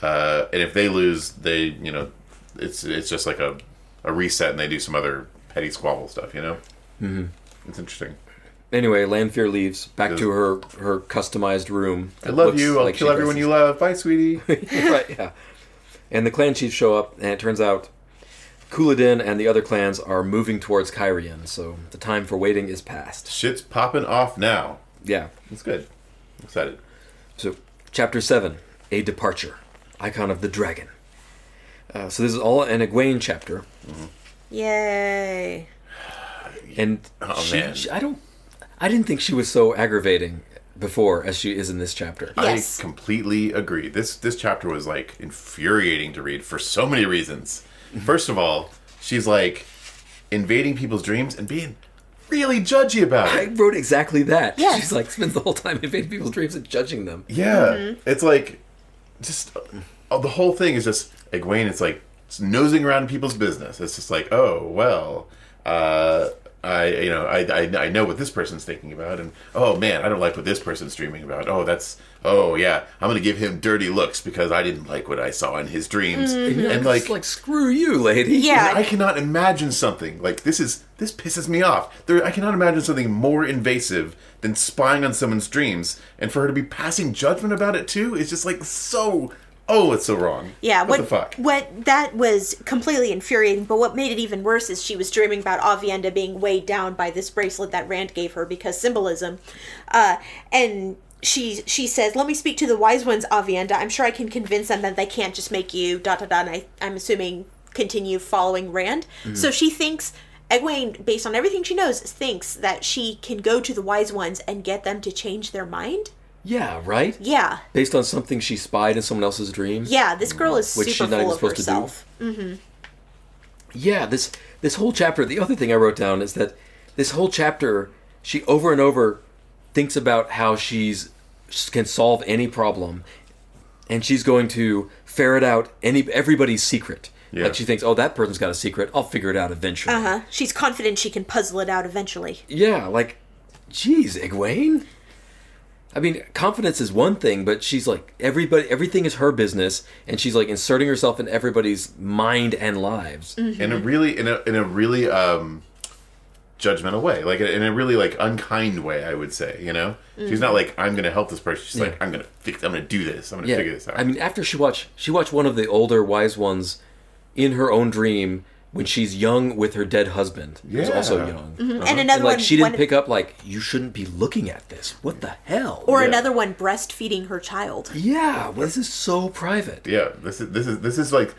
uh, and if they lose, they you know, it's it's just like a, a reset, and they do some other petty squabble stuff, you know. Mm-hmm. It's interesting.
Anyway, Lanfear leaves back to her her customized room.
I love you. I'll kill everyone you love. Bye, sweetie.
you. right? Yeah. And the clan chiefs show up, and it turns out Kuladin and the other clans are moving towards Kyrian, so the time for waiting is past.
Shit's popping off now.
Yeah.
It's good. I'm excited.
So, Chapter 7 A Departure, Icon of the Dragon. Uh, so, this is all an Egwene chapter.
Yay.
And
Oh,
she,
man.
she- I don't. I didn't think she was so aggravating before as she is in this chapter.
Yes.
I completely agree. This this chapter was like infuriating to read for so many reasons. First of all, she's like invading people's dreams and being really judgy about
I
it.
wrote exactly that.
Yes.
She's like spends the whole time invading people's dreams and judging them.
Yeah, it's like just oh, the whole thing is just Egwene. It's like it's nosing around people's business. It's just like oh well, uh, I you know I, I I know what this person's thinking about, and oh man, I don't like what this person's dreaming about. Oh that's oh yeah, I'm gonna give him dirty looks because I didn't like what I saw in his dreams,
Mm-hmm.
and
Like,
like.
like screw you, lady.
Yeah.
I cannot imagine something like this is this pisses me off. There, I cannot imagine something more invasive than spying on someone's dreams, and for her to be passing judgment about it too is just like so. Oh, it's so wrong.
Yeah,
what,
what,
the fuck?
What that was completely infuriating. But what made it even worse is she was dreaming about Avienda being weighed down by this bracelet that Rand gave her because symbolism, uh, and she she says, "Let me speak to the wise ones, Avienda. I'm sure I can convince them that they can't just make you dot dot dot." And I, I'm assuming continue following Rand.
Mm-hmm.
So she thinks. Egwene, based on everything she knows, thinks that she can go to the wise ones and get them to change their mind.
Yeah, right?
Yeah,
Based on something she spied in someone else's dream.
yeah. This girl is
Which
super
she's not even
full of
supposed to do.
herself.
Yeah, this this whole chapter. The other thing I wrote down is that this whole chapter, she over and over thinks about how she's she can solve any problem, and she's going to ferret out any everybody's secret.
Yeah.
Like she thinks, oh, that person's got a secret. I'll figure it out eventually.
Uh-huh. She's confident she can puzzle it out eventually.
Yeah, like, geez, Egwene. I mean, confidence is one thing, but she's like everybody. Everything is her business, and she's like inserting herself in everybody's mind and lives.
Mm-hmm.
in a really in a in a really um judgmental way like in a really like unkind way i would say you know
Mm.
she's not like i'm gonna help this person she's like i'm gonna fix i'm gonna do this i'm gonna
Yeah.
figure this out
I mean, after she watched she watched one of the older wise ones in her own dream when she's young with her dead husband, who's
Yeah.
also young.
And another
And like
one,
she didn't
Mm-hmm. one-
pick up like you shouldn't be looking at this. What the hell?
or
yeah.
another one breastfeeding her child.
yeah, well, this is so private.
yeah this is this is this is like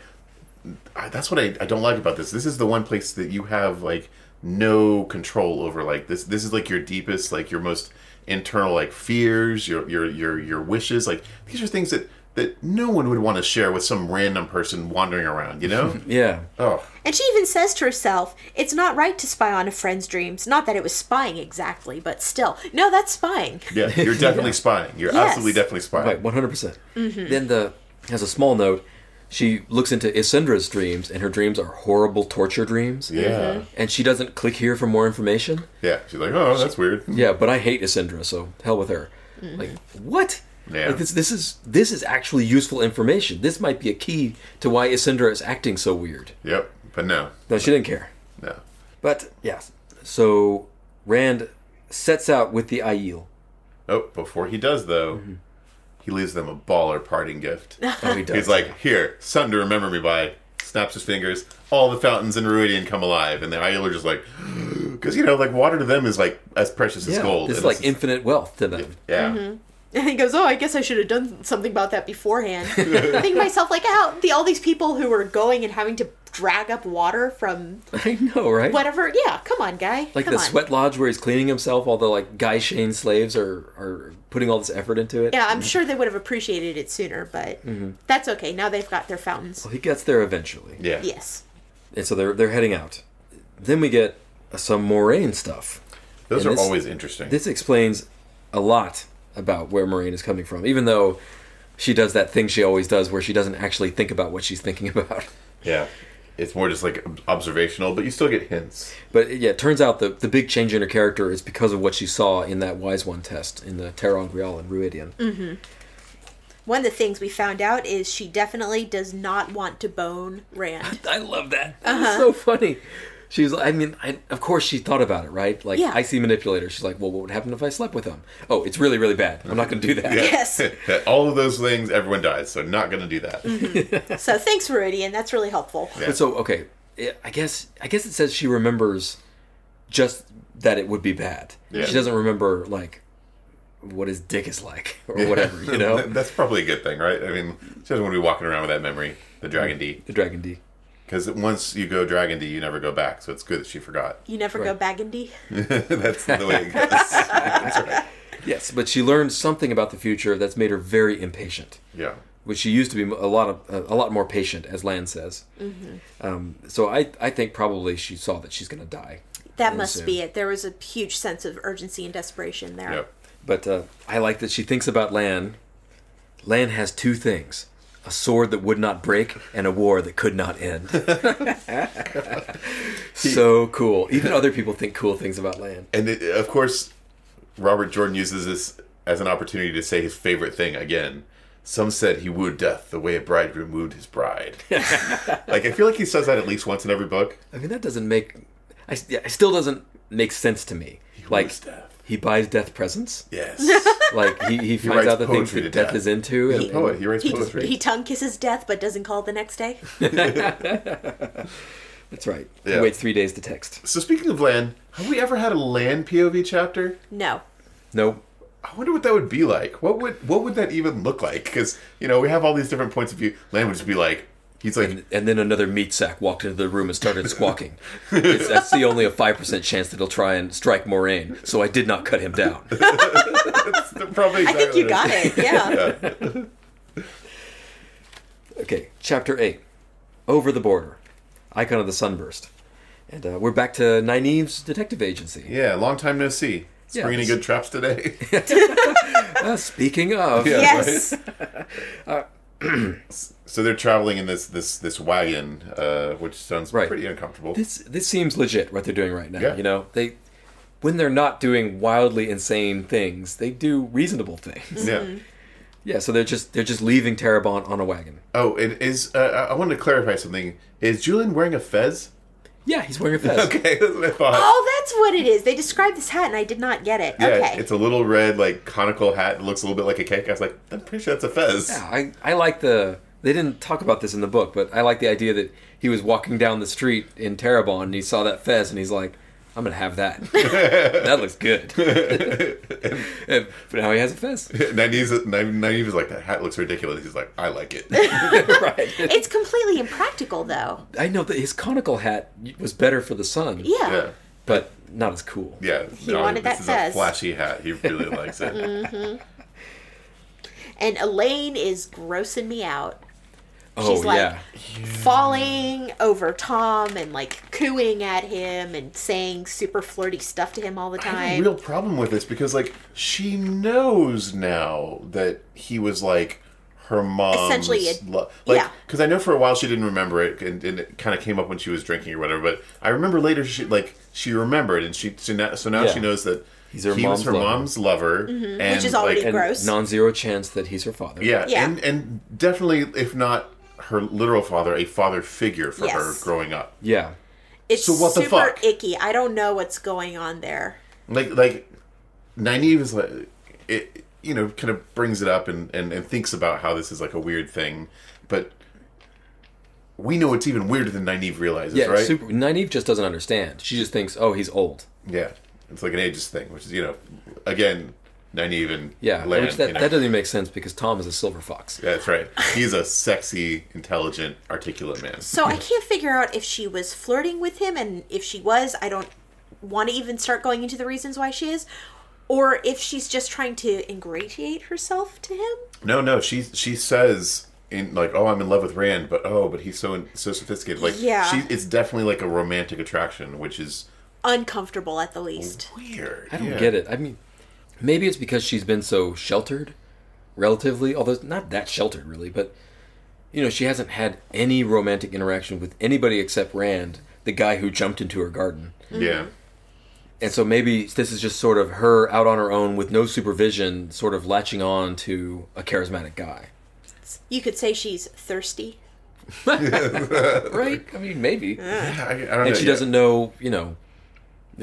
I, that's what I, I don't like about this this is the one place that you have like no control over like this this is like your deepest like your most internal like fears your your your your wishes like these are things that that no one would want to share with some random person wandering around you know
Yeah.
oh
And she even says to herself, it's not right to spy on a friend's dreams. Not that it was spying exactly, but still. No, that's spying.
Yeah, you're definitely spying. You're
Yes.
absolutely definitely spying.
Right, one hundred percent.
Mm-hmm.
Then the has a small note. She looks into Isendra's dreams, and her dreams are horrible torture dreams.
Yeah.
Mm-hmm.
And she doesn't click here for more information.
Yeah. She's like, oh, that's weird.
Yeah, but I hate Isindra, so hell with her.
Mm-hmm.
Like what?
Yeah.
Like this this is this is actually useful information. This might be a key to why Isindra is acting so weird.
Yep. But no,
No, she didn't care.
no.
But yes. So Rand sets out with the Aiel.
Oh, before he does, though, he leaves them a baller parting gift.
Oh, he does.
He's like, here, something to remember me by. Snaps his fingers. All the fountains in Ruidian come alive. And the Aiel are just like, because, you know, like water to them is like as precious as
yeah,
gold.
This is
and
like infinite wealth to them.
yeah.
And he goes, oh, I guess I should have done something about that beforehand. I think to myself, like, how the, all these people who were going and having to drag up water from
I know, right?
whatever. Yeah, come on, guy.
like
come
the
on.
sweat lodge where he's cleaning himself, all the like Guy Shane slaves are are putting all this effort into it.
Yeah, I'm sure they would have appreciated it sooner, but
Mm-hmm.
that's okay. Now they've got their fountains.
He gets there eventually.
Yeah.
Yes.
And so they're they're heading out. Then we get some Moraine stuff.
Those
And
are
this-
always interesting.
This explains a lot about where Moraine is coming from, even though she does that thing she always does where she doesn't actually think about what she's thinking about.
yeah. It's more just like ob- observational, but you still get hints.
But yeah, it turns out the, the big change in her character is because of what she saw in that Wise One test in the Terran Grial and Ruidian.
One of the things we found out is she definitely does not want to bone Rand.
I love that. That was so funny. She was, I mean, I, of course she thought about it, right? Like,
Yeah.
icy manipulator. She's like, well, what would happen if I slept with him? Oh, it's really, really bad. I'm not going to do that.
Yes.
That all of those things, everyone dies. So not going to do that.
so thanks, Viridian. That's really helpful.
Yeah.
But so okay, it, I guess I guess it says she remembers just that it would be bad.
Yeah.
She doesn't remember like what his dick is like or whatever, Mm-hmm. you know.
That's probably a good thing, right? I mean, she doesn't want to be walking around with that memory, the Dragon D.
the Dragon D.
Because once you go Dragon D, you never go back, so it's good that she forgot.
You never go Bagandy.
That's the way it goes. That's right.
Yes, but she learned something about the future that's made her very impatient.
Yeah.
which she used to be a lot of a lot more patient, as Lan says. Um, so I I think probably she saw that she's going to die,
That
And
must
so-
be it. There was a huge sense of urgency and desperation there.
Yep.
but uh, I like that she thinks about Lan. Lan has two things: a sword that would not break and a war that could not end. so cool. Even other people think cool things about Lan.
And it, of course, Robert Jordan uses this as an opportunity to say his favorite thing again. Some said he wooed death the way a bridegroom wooed his bride. like, I feel like he says that at least once in every book.
I mean, that doesn't make. I, s- yeah, it still doesn't make sense to me. like
wooes death.
he buys death presents.
Yes.
Like he, he finds
writes
out the things
poetry
that
to
death.
death.
is into. And,
He's a poet. Oh, He writes
He,
poetry.
he tongue kisses death but doesn't call the next day.
That's right.
Yeah.
Wait three days to text.
so, speaking of land, have we ever had a land POV chapter?
No.
Nope.
I wonder what that would be like. What would what would that even look like? Because you know we have all these different points of view. Land would just be like, he's like,
And then another meat sack walked into the room and started squawking. it's, that's the only a five percent chance that he'll try and strike Moraine. So I did not cut him down.
probably.
I think you got it. Yeah.
Okay, chapter eight, over the border, icon of the sunburst, and uh, we're back to Nynaeve's detective agency.
Yeah, long time no see. It's
Yeah,
bringing any
it's-
good traps today.
Uh, speaking of,
Yeah.
Yes.
so they're traveling in this this this wagon, uh, which sounds
Right.
pretty uncomfortable.
this this seems legit what they're doing right now.
Yeah.
You know they. When they're not doing wildly insane things, they do reasonable things.
yeah.
Yeah, so they're just they're just leaving Terabon on a wagon.
Oh, it is. Uh, I- I wanted to clarify something. Is Julian wearing a fez?
Yeah, he's wearing a fez.
Okay, that's what I thought.
Oh, that's what it is. They described this hat and I did not get it.
Yeah,
okay.
it's a little red, like conical hat. that looks a little bit like a cake. I was like, I'm pretty sure that's a fez.
Yeah, I, I like the. They didn't talk about this in the book, but I like the idea that he was walking down the street in Terrebonne and he saw that fez and he's like, I'm going to have that. that looks good. And- but now he has a fez.
Nynaeve's, Nynaeve is like, that hat looks ridiculous. He's like, I like it.
right.
It's completely impractical, though.
I know that his conical hat was better for the sun,
Yeah.
yeah.
but not as cool.
Yeah.
He wanted
this
that
is
fez.
a flashy hat. He really likes it.
And Elaine is grossing me out.
oh,
She's like-
yeah.
Falling over Tom and like cooing at him and saying super flirty stuff to him all the
I have
time.
a real problem with this because like she knows now that he was like her mom's
Essentially a-
lo- like
yeah.
because I know for a while she didn't remember it and, and it kind of came up when she was drinking or whatever but I remember later she like she remembered and she so now, so now
Yeah.
she knows that
He's her
he
mom's
was her
lover.
mom's lover and
Mm-hmm. Which is already
like,
And
Gross.
non zero chance that he's her father.
yeah,
Yeah.
and and definitely if not her literal father a father figure for her
Yes.
growing up
Yeah.
It's
So what the
super
fuck?
icky. I don't know what's going on there.
like like Nynaeve is like it you know kind of brings it up and, and and thinks about how this is like a weird thing but we know it's even weirder than Nynaeve realizes
Yeah.
right
Super, Nynaeve just doesn't understand. She just thinks, oh, he's old.
yeah it's like an ages thing which is you know again Nynaeve and
Yeah.
Lan,
which that,
you know.
that doesn't even make sense because Tom is a silver fox.
that's right he's a sexy intelligent articulate man
So I can't figure out if she was flirting with him, and if she was, I don't want to even start going into the reasons why she is, or if she's just trying to ingratiate herself to him.
no no she she says in like oh I'm in love with Rand but oh but he's so so sophisticated like
Yeah.
she it's definitely like a romantic attraction which is
Uncomfortable at the least.
weird
I don't get it. I mean, maybe it's because she's been so sheltered, relatively, although not that sheltered really, but you know, she hasn't had any romantic interaction with anybody except Rand, the guy who jumped into her garden.
yeah.
And so maybe this is just sort of her out on her own with no supervision, sort of latching on to a charismatic guy.
You could say she's thirsty.
Right? I mean,
I,
maybe.
I don't know.
And she doesn't know, you know,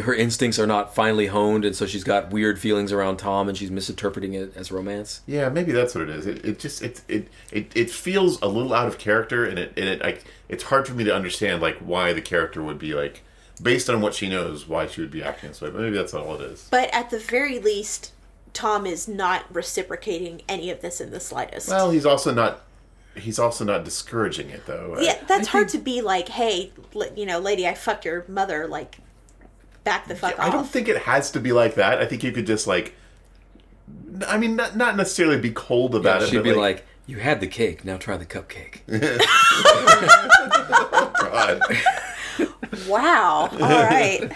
her instincts are not finely honed, and so she's got weird feelings around Tom, and she's misinterpreting it as romance.
Yeah, maybe that's what it is. It, it just it, it it it feels a little out of character, and it and it like it's hard for me to understand like why the character would be like based on what she knows why she would be acting this way. But maybe that's all it is.
But at the very least, Tom is not reciprocating any of this in the slightest.
Well, he's also not he's also not discouraging it though.
yeah, that's hard to be like, hey, li- you know, lady, I fucked your mother. Like, back the fuck
I
off.
don't think it has to be like that. I think you could just like, n- I mean, not not necessarily be cold about it.
she'd
but
be like, "You had the cake, now try the cupcake."
God.
wow. All right.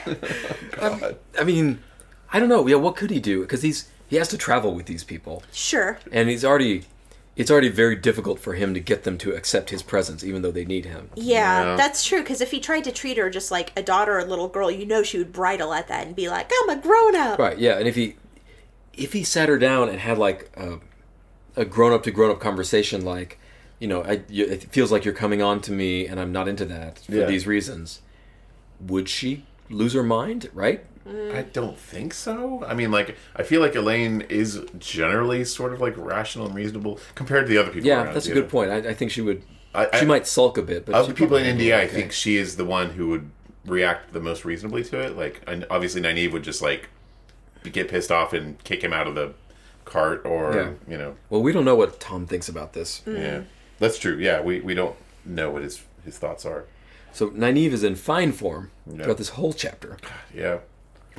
I mean, I don't know. Yeah, what could he do? Because he's he has to travel with these people,
sure.
and he's already it's already very difficult for him to get them to accept his presence, even though they need him.
Yeah,
Yeah.
that's true. Because if he tried to treat her just like a daughter or little girl, you know she would bridle at that and be like, "I'm a grown up."
Right. Yeah, and if he if he sat her down and had like a, a grown up to grown up conversation, like you know, I, you, it feels like you're coming on to me, and I'm not into that for
Yeah.
these reasons. Would she lose her mind? Right.
I don't think so. I mean, like, I feel like Elaine is generally sort of like rational and reasonable compared to the other people.
Yeah,
around,
that's a
you
good
know?
point. I, I think she would.
I- I-
she might sulk a bit, but
Of
she'd
the people in
probably be
India, I
okay.
think she is the one who would react the most reasonably to it. Like, and obviously, Nynaeve would just like be- get pissed off and kick him out of the cart, or
Yeah.
you know,
Well, we don't know what Tom thinks about this.
yeah, that's true. Yeah, we we don't know what his his thoughts are.
So Nynaeve is in fine form throughout this whole chapter,
Yeah.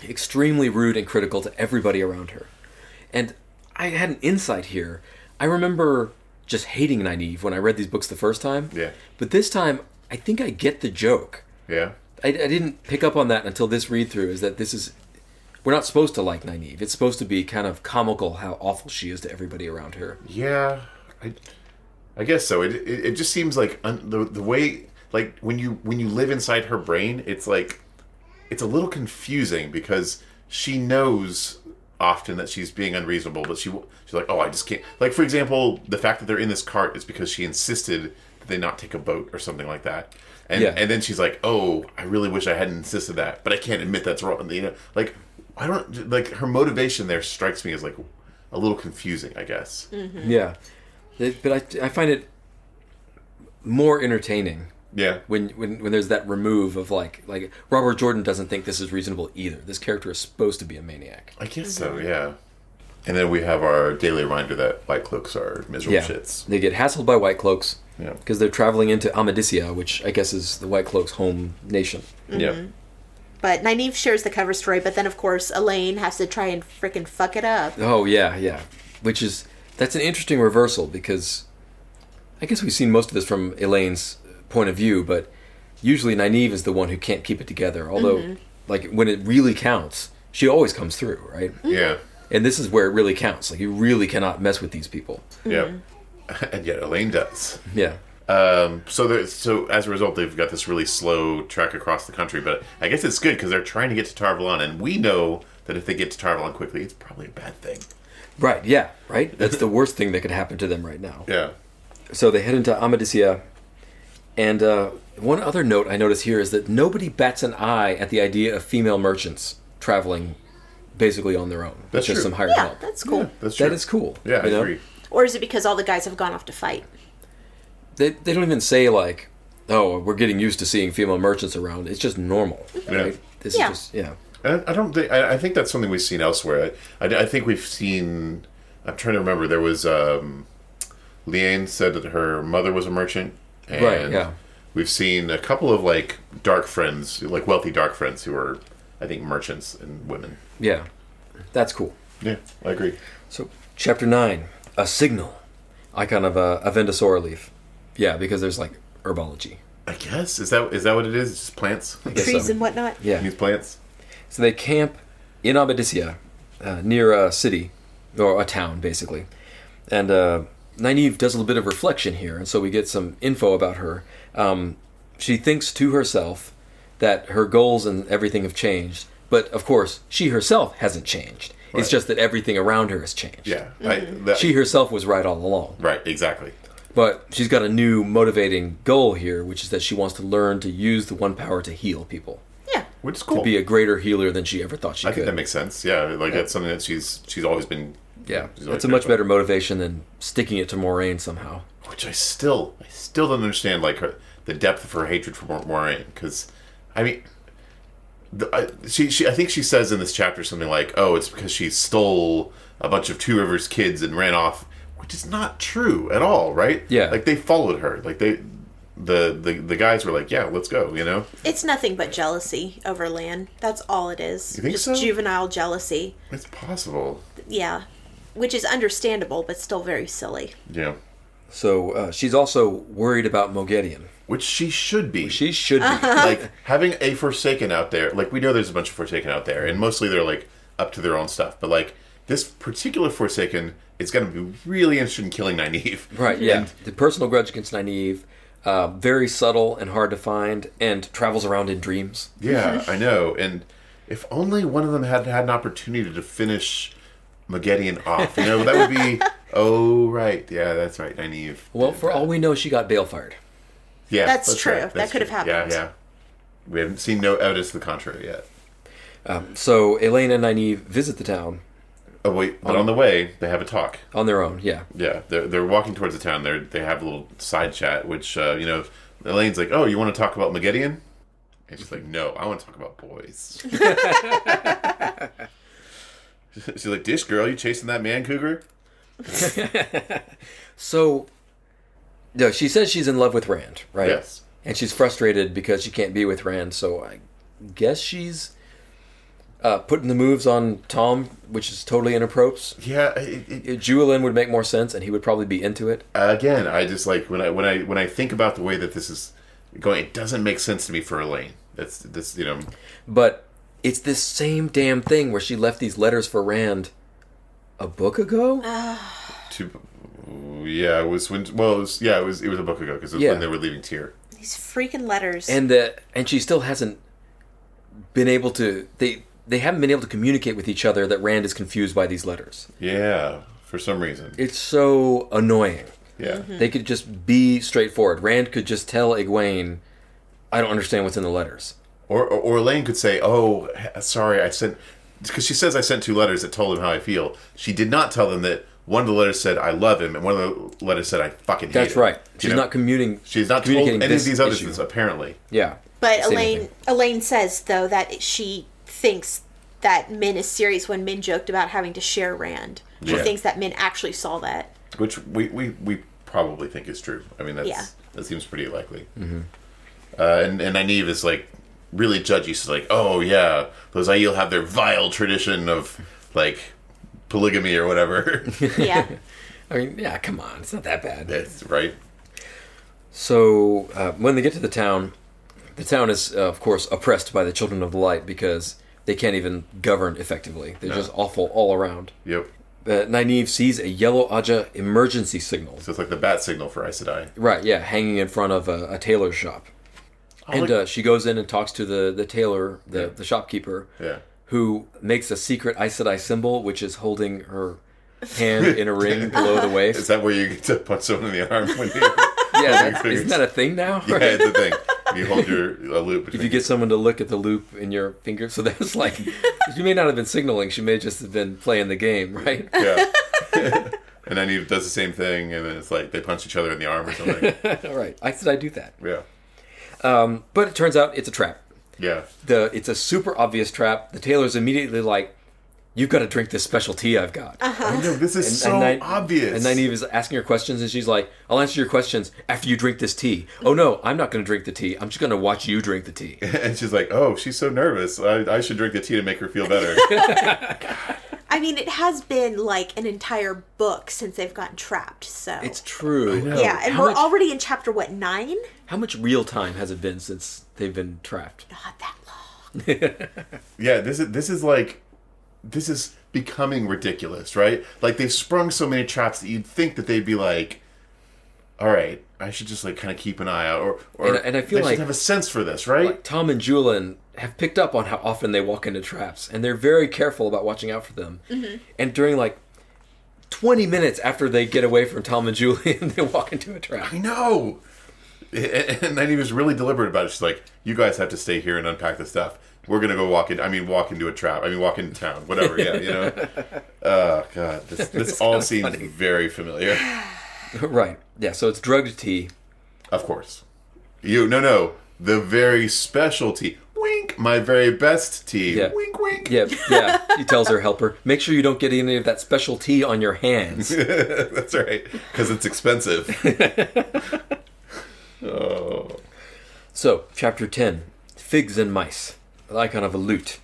extremely rude and critical to everybody around her. And I had an insight here. I remember just hating Nynaeve when I read these books the first time.
Yeah.
But this time, I think I get the joke.
Yeah.
I, I didn't pick up on that until this read through is that this is. We're not supposed to like Nynaeve. It's supposed to be kind of comical how awful she is to everybody around her.
Yeah, I, I guess so. It, it it just seems like un, the the way like when you when you live inside her brain, it's like it's a little confusing because she knows often that she's being unreasonable, but she she's like, oh, I just can't. Like for example, the fact that they're in this cart is because she insisted that they not take a boat or something like that. And,
Yeah.
and then she's like, "Oh, I really wish I hadn't insisted that, but I can't admit that's wrong." You know, like I don't like her motivation there strikes me as like a little confusing, I guess.
Yeah. It- But I, I find it more entertaining
Yeah.
when, when when there's that remove of like like Robert Jordan doesn't think this is reasonable either. This character is supposed to be a maniac.
I guess so, yeah. And then we have our daily reminder that white cloaks are miserable
Yeah,
shits.
they get hassled by white cloaks
Oh, Yeah.
because they're traveling into Amadicia, which I guess is the white cloaks' home nation.
Yeah.
But Nynaeve shares the cover story, but then of course Elaine has to try and freaking fuck it up.
Oh yeah, yeah. Which is that's an interesting reversal because I guess we've seen most of this from Elaine's point of view, but usually Nynaeve is the one who can't keep it together. Although, like when it really counts, she always comes through, right?
Yeah.
And this is where it really counts. Like you really cannot mess with these people.
Yeah. And yet Elaine does.
Yeah.
Um, so there, so as a result, they've got this really slow trek across the country. But I guess it's good because they're trying to get to Tarvalon, and we know that if they get to Tarvalon quickly, it's probably a bad thing.
Right. Yeah. Right. That's the worst thing that could happen to them right now.
Yeah.
So they head into Amadicia, and uh, one other note I notice here is that nobody bats an eye at the idea of female merchants traveling basically on their own, with
That's
just
true.
some hired
Yeah,
help.
that's cool.
That's true.
That is cool.
Yeah, I
you know?
agree.
Or is it because all the guys have gone off to fight?
They, they don't even say like, "Oh, we're getting used to seeing female merchants around." It's just normal.
Yeah.
Right? This
Mm-hmm. Yeah.
is just yeah.
I I don't think. I, I think that's something we've seen elsewhere. I, I, I think we've seen. I'm trying to remember. There was um, Leanne said that her mother was a merchant, and
Right, yeah.
we've seen a couple of like dark friends, like wealthy dark friends, who are, I think, merchants and women.
Yeah. That's cool.
Yeah, I agree.
So, chapter nine, a signal, icon of a, a Vendasaur leaf. Yeah, because there's like herbology.
I guess is that is that what it is? It's just plants.
guess
Trees
so.
and whatnot.
Yeah.
These plants.
So they camp in Abadicia, uh, near a city, or a town, basically. And uh, Nynaeve does a little bit of reflection here, and so we get some info about her. Um, she thinks to herself that her goals and everything have changed, but of course, she herself hasn't changed. It's
Right.
just that everything around her has changed.
Yeah. I, that,
She herself was right all along.
Right. Exactly.
But she's got a new motivating goal here, which is that she wants to learn to use the one power to heal people.
Yeah.
which is cool.
be a greater healer than she ever thought she
I
could.
think that makes sense. Yeah, like that's something that she's she's always been.
yeah,
She's always
that's a
been
much
about-
better motivation than sticking it to Moraine somehow.
Which I still I still don't understand like her the depth of her hatred for Mor- Moraine because I mean. The, I, she, she, I think she says in this chapter something like, "Oh, it's because she stole a bunch of Two Rivers kids and ran off," which is not true at all, right?
Yeah.
like they followed her. Like they, the the, the guys were like, "Yeah, let's go," you know.
It's nothing but jealousy over Lan. That's all it is.
You think
Just
so?
juvenile jealousy.
It's possible.
Yeah. Which is understandable, but still very silly.
Yeah.
So uh, she's also worried about Mogedion.
Which she should be.
She should be.
like having a Forsaken out there. Like we know there's a bunch of Forsaken out there, and mostly they're like up to their own stuff. But like this particular Forsaken is going to be really interested in killing Nynaeve.
Right, yeah. the personal grudge against Nynaeve, uh, very subtle and hard to find, and travels around in dreams.
Yeah, I know. And if only one of them had had an opportunity to finish Magedion off, you know, that would be. Oh right, yeah, that's right, Nynaeve.
Well, for all we know, she got bail fired.
yeah,
That's true.
right,
That could have
true.
happened.
Yeah, yeah. We haven't seen no evidence to the contrary yet.
Um, So Elaine and Nynaeve visit the town
Oh wait, but on the way they have a talk.
on their own, yeah.
Yeah, they're, they're walking towards the town. They they have a little side chat, which uh, you know, Elaine's like, "Oh, you want to talk about Magedion?" And she's like, "No, I want to talk about boys." she's like, "Dish girl, you chasing that man cougar?"
So, no, she says she's in love with Rand, right?
Yes.
And she's frustrated because she can't be with Rand. So I guess she's uh, putting the moves on Tom, which is totally inappropriate.
Yeah. It, it,
Julian would make more sense, and he would probably be into it.
again, I just like when I when I when I think about the way that this is going, it doesn't make sense to me for Elaine. That's this, you know.
But it's this same damn thing where she left these letters for Rand a book ago.
Two, yeah, it was when. Well, it was, yeah, it was it was a book ago because it was
Yeah.
when they were leaving Tier.
These freaking letters.
and the and she still hasn't been able to they they haven't been able to communicate with each other that Rand is confused by these letters.
Yeah, for some reason.
It's so annoying.
Yeah.
Hmm. They could just be straightforward. Rand could just tell Egwene, "I don't understand what's in the letters."
Or, or, or Elaine could say, "Oh, h- sorry, I sent," because she says, "I sent two letters that told him how I feel." She did not tell them that one of the letters said, "I love him," and one of the letters said, "I fucking." Hate
That's
him."
right.
You
She's
know?
not commuting.
She's not told
communicating
any of
this
these other
issue.
things apparently.
Yeah,
But
Same
Elaine
thing.
Elaine says though that she thinks that Min is serious when Min joked about having to share Rand. She
Yeah.
thinks that Min actually saw that.
which we, we, we probably think is true. I mean, that's
Yeah.
that seems pretty likely. Mm-hmm. Uh, and and Nynaeve is like really judgy. She's like, oh yeah, those Aiel have their vile tradition of like polygamy or whatever.
Yeah.
I mean, yeah. Come on, it's not that bad.
that's right.
So uh, when they get to the town, the town is uh, of course oppressed by the Children of the Light because they can't even govern effectively. They're just awful all around.
Yep.
uh, Nynaeve sees a yellow Aja emergency signal.
So it's like the bat signal for Aes Sedai.
Right, yeah, hanging in front of a, a tailor's shop. and
like-
uh, she goes in and talks to the, the tailor, the, the shopkeeper,
Yeah.
who makes a secret Aes Sedai symbol, which is holding her hand in a ring below the
Is
waist.
that where you get to punch someone in the arm when you? yeah,
Yeah, that, isn't that a thing now?
it's the thing. You hold your a loop between.
If you get someone to look at the loop in your finger, so that's like, she may not have been signaling, she may just have been playing the game, right?
yeah. and then he does the same thing, and then it's like they punch each other in the arm or something.
All right, Aes Sedai do that.
Yeah.
But it turns out it's a trap.
Yeah.
the it's a super obvious trap. The tailor's immediately like, "You've got to drink this special tea I've got."
I know this is so
Ny-
obvious.
And Nynaeve is asking her questions, and she's like, "I'll answer your questions after you drink this tea." Oh no, I'm not going to drink the tea. I'm just going to watch you drink the tea.
and she's like, "Oh, she's so nervous. I, I should drink the tea to make her feel better."
I mean it has been like an entire book since they've gotten trapped, so
It's true.
yeah, and
how,
we're
much,
already in chapter what, nine?
how much real time has it been since they've been trapped?
Not that long.
yeah, this is this is like this is becoming ridiculous, right? Like they've sprung so many traps that you'd think that they'd be like, "All right, I should just like kind of keep an eye out," or or
And I- and I feel
they should
like-
have a sense for this, right?
Tom and Julian have picked up on how often they walk into traps, and they're very careful about watching out for them.
Mm-hmm.
And during like 20 minutes after they get away from Tom and Julian, they walk into a trap.
I know. And then he was really deliberate about it. She's like, "You guys have to stay here and unpack the stuff. we're gonna go walk in. I mean, walk into a trap. I mean, walk into town. Whatever. Yeah, you know. oh god, this this all seems very familiar.
right. Yeah. So it's drugged tea.
Of course. You no no the very special tea. Wink, my very best tea.
Yeah.
Wink wink.
Yeah. Yeah. he tells her helper, make sure you don't get any of that special tea on your hands.
That's right, because it's expensive. oh,
So, chapter 10 Figs and Mice, the icon of a lute.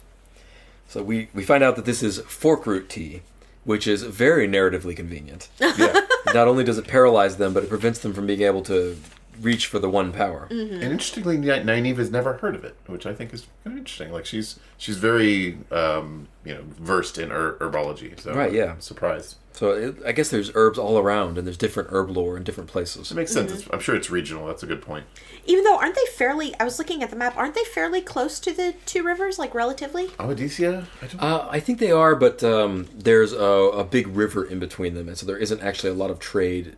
So, we, we find out that this is fork root tea, which is very narratively convenient.
yeah.
Not only does it paralyze them, but it prevents them from being able to reach for the one power.
And interestingly, Na- Nynaeve has never heard of it, which I think is kind of interesting. Like she's she's very um, you know versed in her- herbology. So
Right, yeah.
I'm surprised.
So, it, I guess there's herbs all around, and there's different herb lore in different places.
It makes sense. It's, I'm sure it's regional. That's a good point.
Even though aren't they fairly? I was looking at the map. Aren't they fairly close to the two rivers, like relatively?
Odyssia? Oh, I don't.
Uh, I think they are, but um, there's a, a big river in between them, and so there isn't actually a lot of trade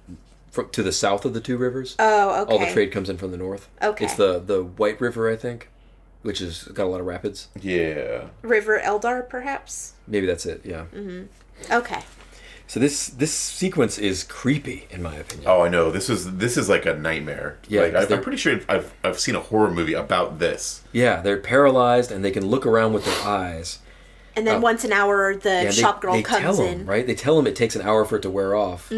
from, to the south of the two rivers.
Oh, okay.
All the trade comes in from the north.
Okay.
It's the the White River, I think, which has got a lot of rapids.
yeah.
River Eldar, perhaps.
Maybe that's it. Yeah.
Mm-hmm. Okay.
So this this sequence is creepy, in my opinion.
Oh, I know. This is this is like a nightmare.
Yeah,
Like,
'cause
I,
they're-
I'm pretty sure I've I've seen a horror movie about this.
Yeah, they're paralyzed and they can look around with their eyes.
And then once an hour, the
Oh. Yeah, they,
shop girl
they
comes
tell
in. Mm-hmm.
'em, right? They tell them it takes an hour for it to wear off.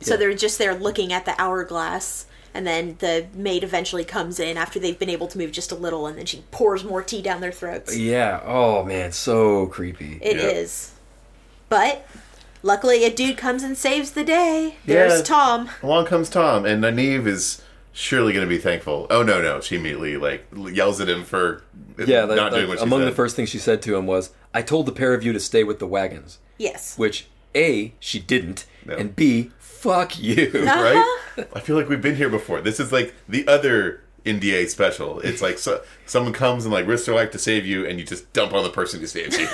So they're just there looking at the hourglass. And then the maid eventually comes in after they've been able to move just a little, and then she pours more tea down their throats. It is.
Yeah. Oh man, so creepy.
Yeah.
But luckily, a dude comes and saves the day. There's
Yeah.
Tom.
Along comes Tom, and Nynaeve is surely going to be thankful. Oh no, no! She immediately like yells at him for
yeah, the,
not
the-
doing what she
among
said.
the first things she said to him was, "I told the pair of you to stay with the wagons,"
Yes.
which a she didn't, and b fuck you.
right? I feel like we've been here before. This is like the other NDA special. It's like so, someone comes and like risks their life to save you, and you just dump on the person who saved you.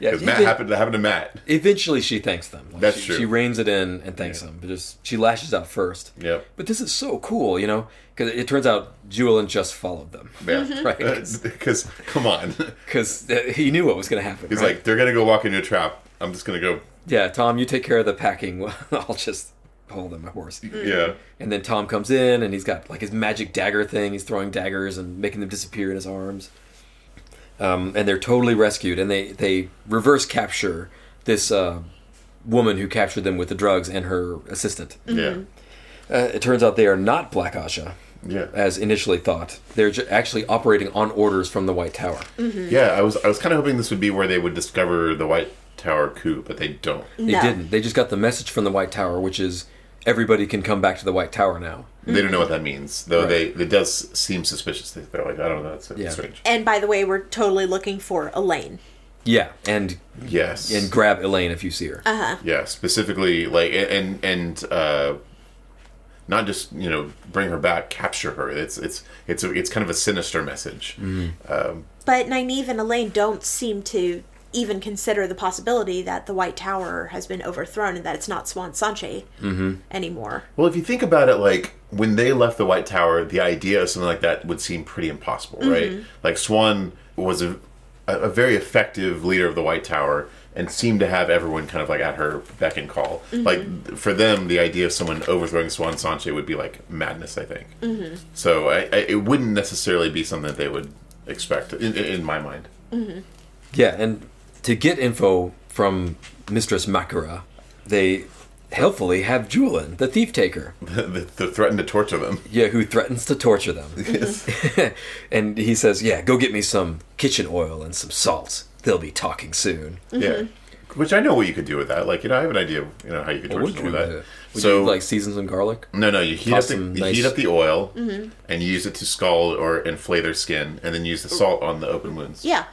Yeah,
Because
you
Matt
did-
happened that happened to Matt.
Eventually, she thanks them. Like,
That's
she,
true.
She reins it in and thanks them, but just she lashes out first.
Yep.
But this is so cool, you know, because it turns out Julian just followed them
Yeah,
Right.
Because Uh, come on,
because he knew what was going to happen.
he's
right?
like they're gonna go walk into a trap. I'm just gonna go.
"Yeah, Tom, you take care of the packing. I'll just hold on my horse."
Yeah.
And then Tom comes in and he's got like his magic dagger thing. He's throwing daggers and making them disappear in his arms. Um, and they're totally rescued and they, they reverse capture this uh, woman who captured them with the drugs and her assistant.
Yeah.
Uh, it turns out they are not Black Asha,
Yeah.
as initially thought. They're ju- actually operating on orders from the White Tower.
Yeah. I was I was kind of hoping this would be where they would discover the White Tower coup, but they don't.
They
No.
didn't. They just got the message from the White Tower, which is everybody can come back to the White Tower now.
They don't know what that means, though. They it does seem suspicious. They- They're like, I don't know. That's
Yeah.
strange.
And by the way, we're totally looking for Elaine.
Yeah, and
Yes.
and grab Elaine if you see her.
Yeah, specifically like and and uh, not just you know bring her back, capture her. It's it's it's a, it's kind of a sinister message.
But Nynaeve and Elaine don't seem to even consider the possibility that the White Tower has been overthrown and that it's not Swan Sanche
Mm-hmm.
anymore.
Well, if you think about it, like when they left the White Tower, the idea of something like that would seem pretty impossible, right? Like Swan was a a a very effective leader of the White Tower and seemed to have everyone kind of like at her beck and call. Like for them, the idea of someone overthrowing Swan Sanche would be like madness. I think. So I, I, it wouldn't necessarily be something that they would expect in, in- in my mind.
Yeah, and to get info from Mistress Makara, they helpfully have Julin, the thief taker,
the, the threatened to torture them.
yeah, who threatens to torture them. and he says, "Yeah, go get me some kitchen oil and some salt. They'll be talking soon."
Yeah. Which I know what you could do with that. Like, you know, I have an idea, of, you know, how you could torture them with that.
Would
so,
you, like season some garlic?
No, no. You heat up
Toss
the
some
you
nice-
heat up the oil
Mm-hmm.
and use it to scald or inflay their skin, and then use the salt on the open wounds.
Yeah.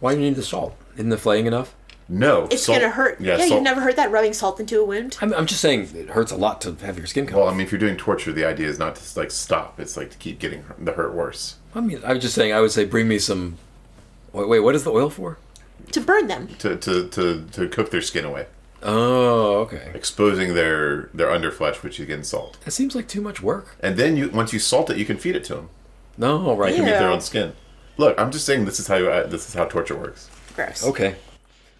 Why do you need the salt? Isn't the flaying enough?
No,
It's
salt-
gonna hurt.
Yeah,
Yeah,
salt-
you've never heard that rubbing salt into a wound.
I'm, I'm just saying it hurts a lot to have your skin come.
Well, I mean, if you're doing torture, the idea is not to like stop. It's like to keep getting hurt- the hurt worse.
I mean, I was just saying I would say bring me some. Wait, wait, what is the oil for?
To burn them.
To to to, to cook their skin away,
Oh, okay.
exposing their their underflesh, which you get in salt,
That seems like too much work.
and then you once you salt it, you can feed it to them.
No, right.
You can eat their
Yeah.
own skin. Look, I'm just saying this is how uh, this is how torture works.
Gross.
Okay.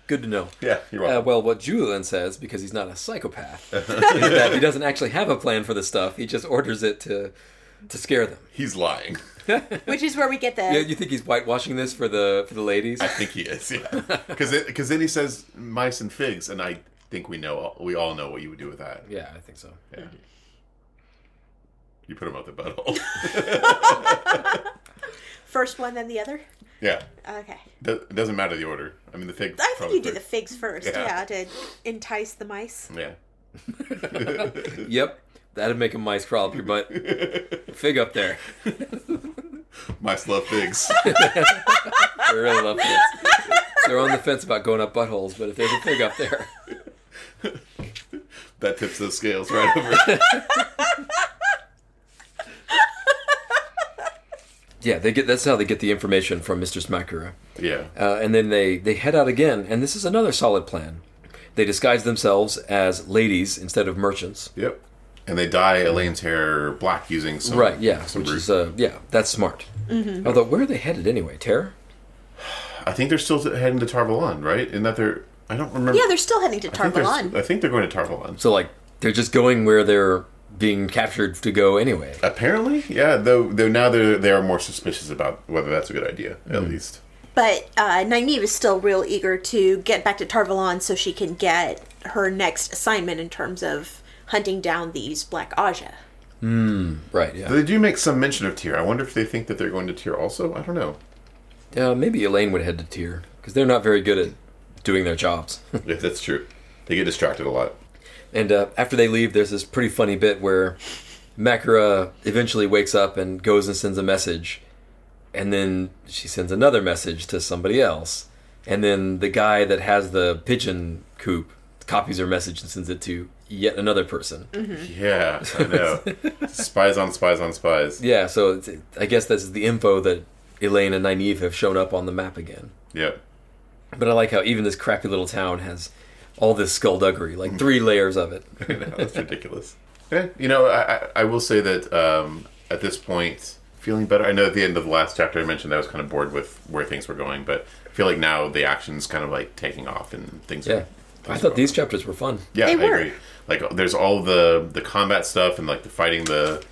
Good to know.
Yeah, you're
Uh,
welcome.
well, what Julian says, because he's not a psychopath, is that he doesn't actually have a plan for this stuff. He just orders it to to scare them.
He's lying.
Which is where we get the
Yeah, you think he's whitewashing this for the for the ladies?
I think he is. Yeah, because because then he says mice and figs, and I think we know all, we all know what you would do with that.
Yeah, I think so.
Yeah. You put him out the butthole.
first one, then the other.
yeah,
Okay.
Do- it doesn't matter the order. I mean, the fig.
I think
probably
you do the figs first,
Yeah.
yeah. to entice the mice.
Yeah.
Yep, that'd make a mice crawl up your butt. Fig up there.
Mice love figs.
I really love figs. They're on the fence about going up buttholes, but if there's a fig up there,
that tips those scales right over.
yeah, they get. That's how they get the information from Mister Smakura.
yeah.
uh, and then they they head out again and this is another solid plan they disguise themselves as ladies instead of merchants
Yep. And they dye Elaine's hair black using some
right yeah
some
which
root.
is uh, yeah that's smart although where are they headed anyway terror
I think they're still heading to Tarvalon, right? Isn't that they're I don't remember.
Yeah, they're still heading to
I think, uh,
Tarvalon.
they're, I think they're going to Tarvalon.
so like they're just going where they're being captured to go anyway
Apparently, yeah. Though, though now they're they are more suspicious about whether that's a good idea. At least,
But uh, Nynaeve is still real eager to get back to Tarvalon so she can get her next assignment in terms of hunting down these Black Aja.
right yeah
they do make some mention of Tyr. I wonder if they think that they're going to Tyr also. I don't know.
uh, maybe elaine would head to tier because they're not very good at doing their jobs
if that's true, they get distracted a lot.
And uh, after they leave, there's this pretty funny bit where Makara eventually wakes up and goes and sends a message, and then she sends another message to somebody else, and then the guy that has the pigeon coop copies her message and sends it to yet another person.
Yeah, I know. spies on spies on spies.
Yeah, so it's, I guess that's the info that Elaine and Nynaeve have shown up on the map again.
Yep.
But I like how even this crappy little town has all this skullduggery, like three layers of it.
No, that's ridiculous. Yeah, you know, I, I- I will say that um, at this point, feeling better. I know at the end of the last chapter, I mentioned that I was kind of bored with where things were going, but I feel like now the action's kind of like taking off and things.
Yeah. I thought these chapters were fun.
yeah,
They
I
were.
agree. Like, there's all the the combat stuff and like the fighting the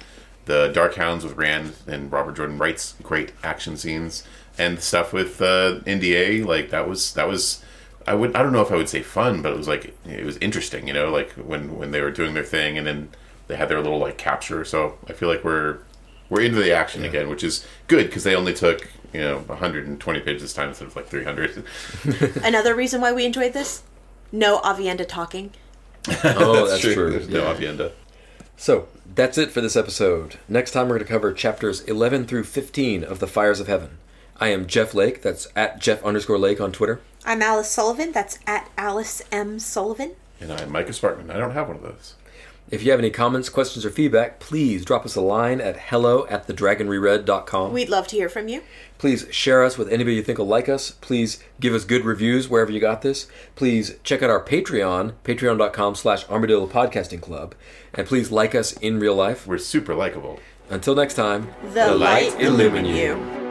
the Dark Hounds with Rand and Robert Jordan Wright's great action scenes and the stuff with uh, NDA. Like that was that was. I would I don't know if I would say fun, but it was like it was interesting, you know, like when when they were doing their thing and then they had their little like capture. So I feel like we're we're into the action again, which is good because they only took you know 120 pages this time instead of like 300.
Another reason why we enjoyed this no Avienda talking.
Oh, that's, true.
There's
Yeah.
no avienda.
So that's it for this episode. Next time, we're going to cover chapters 11 through 15 of The Fires of Heaven. I am Jeff Lake. That's at Jeff underscore Lake on Twitter.
I'm Alice Sullivan. That's at Alice M. Sullivan.
And I'm Micah Sparkman. I don't have one of those.
If you have any comments, questions, or feedback, please drop us a line at hello at thedragonreread.com.
We'd love to hear from you.
Please share us with anybody you think will like us. Please give us good reviews wherever you got this. Please check out our Patreon, patreon.com slash armadillo podcasting club. And please like us in real life.
We're super likable.
Until next time,
The, light illumine you.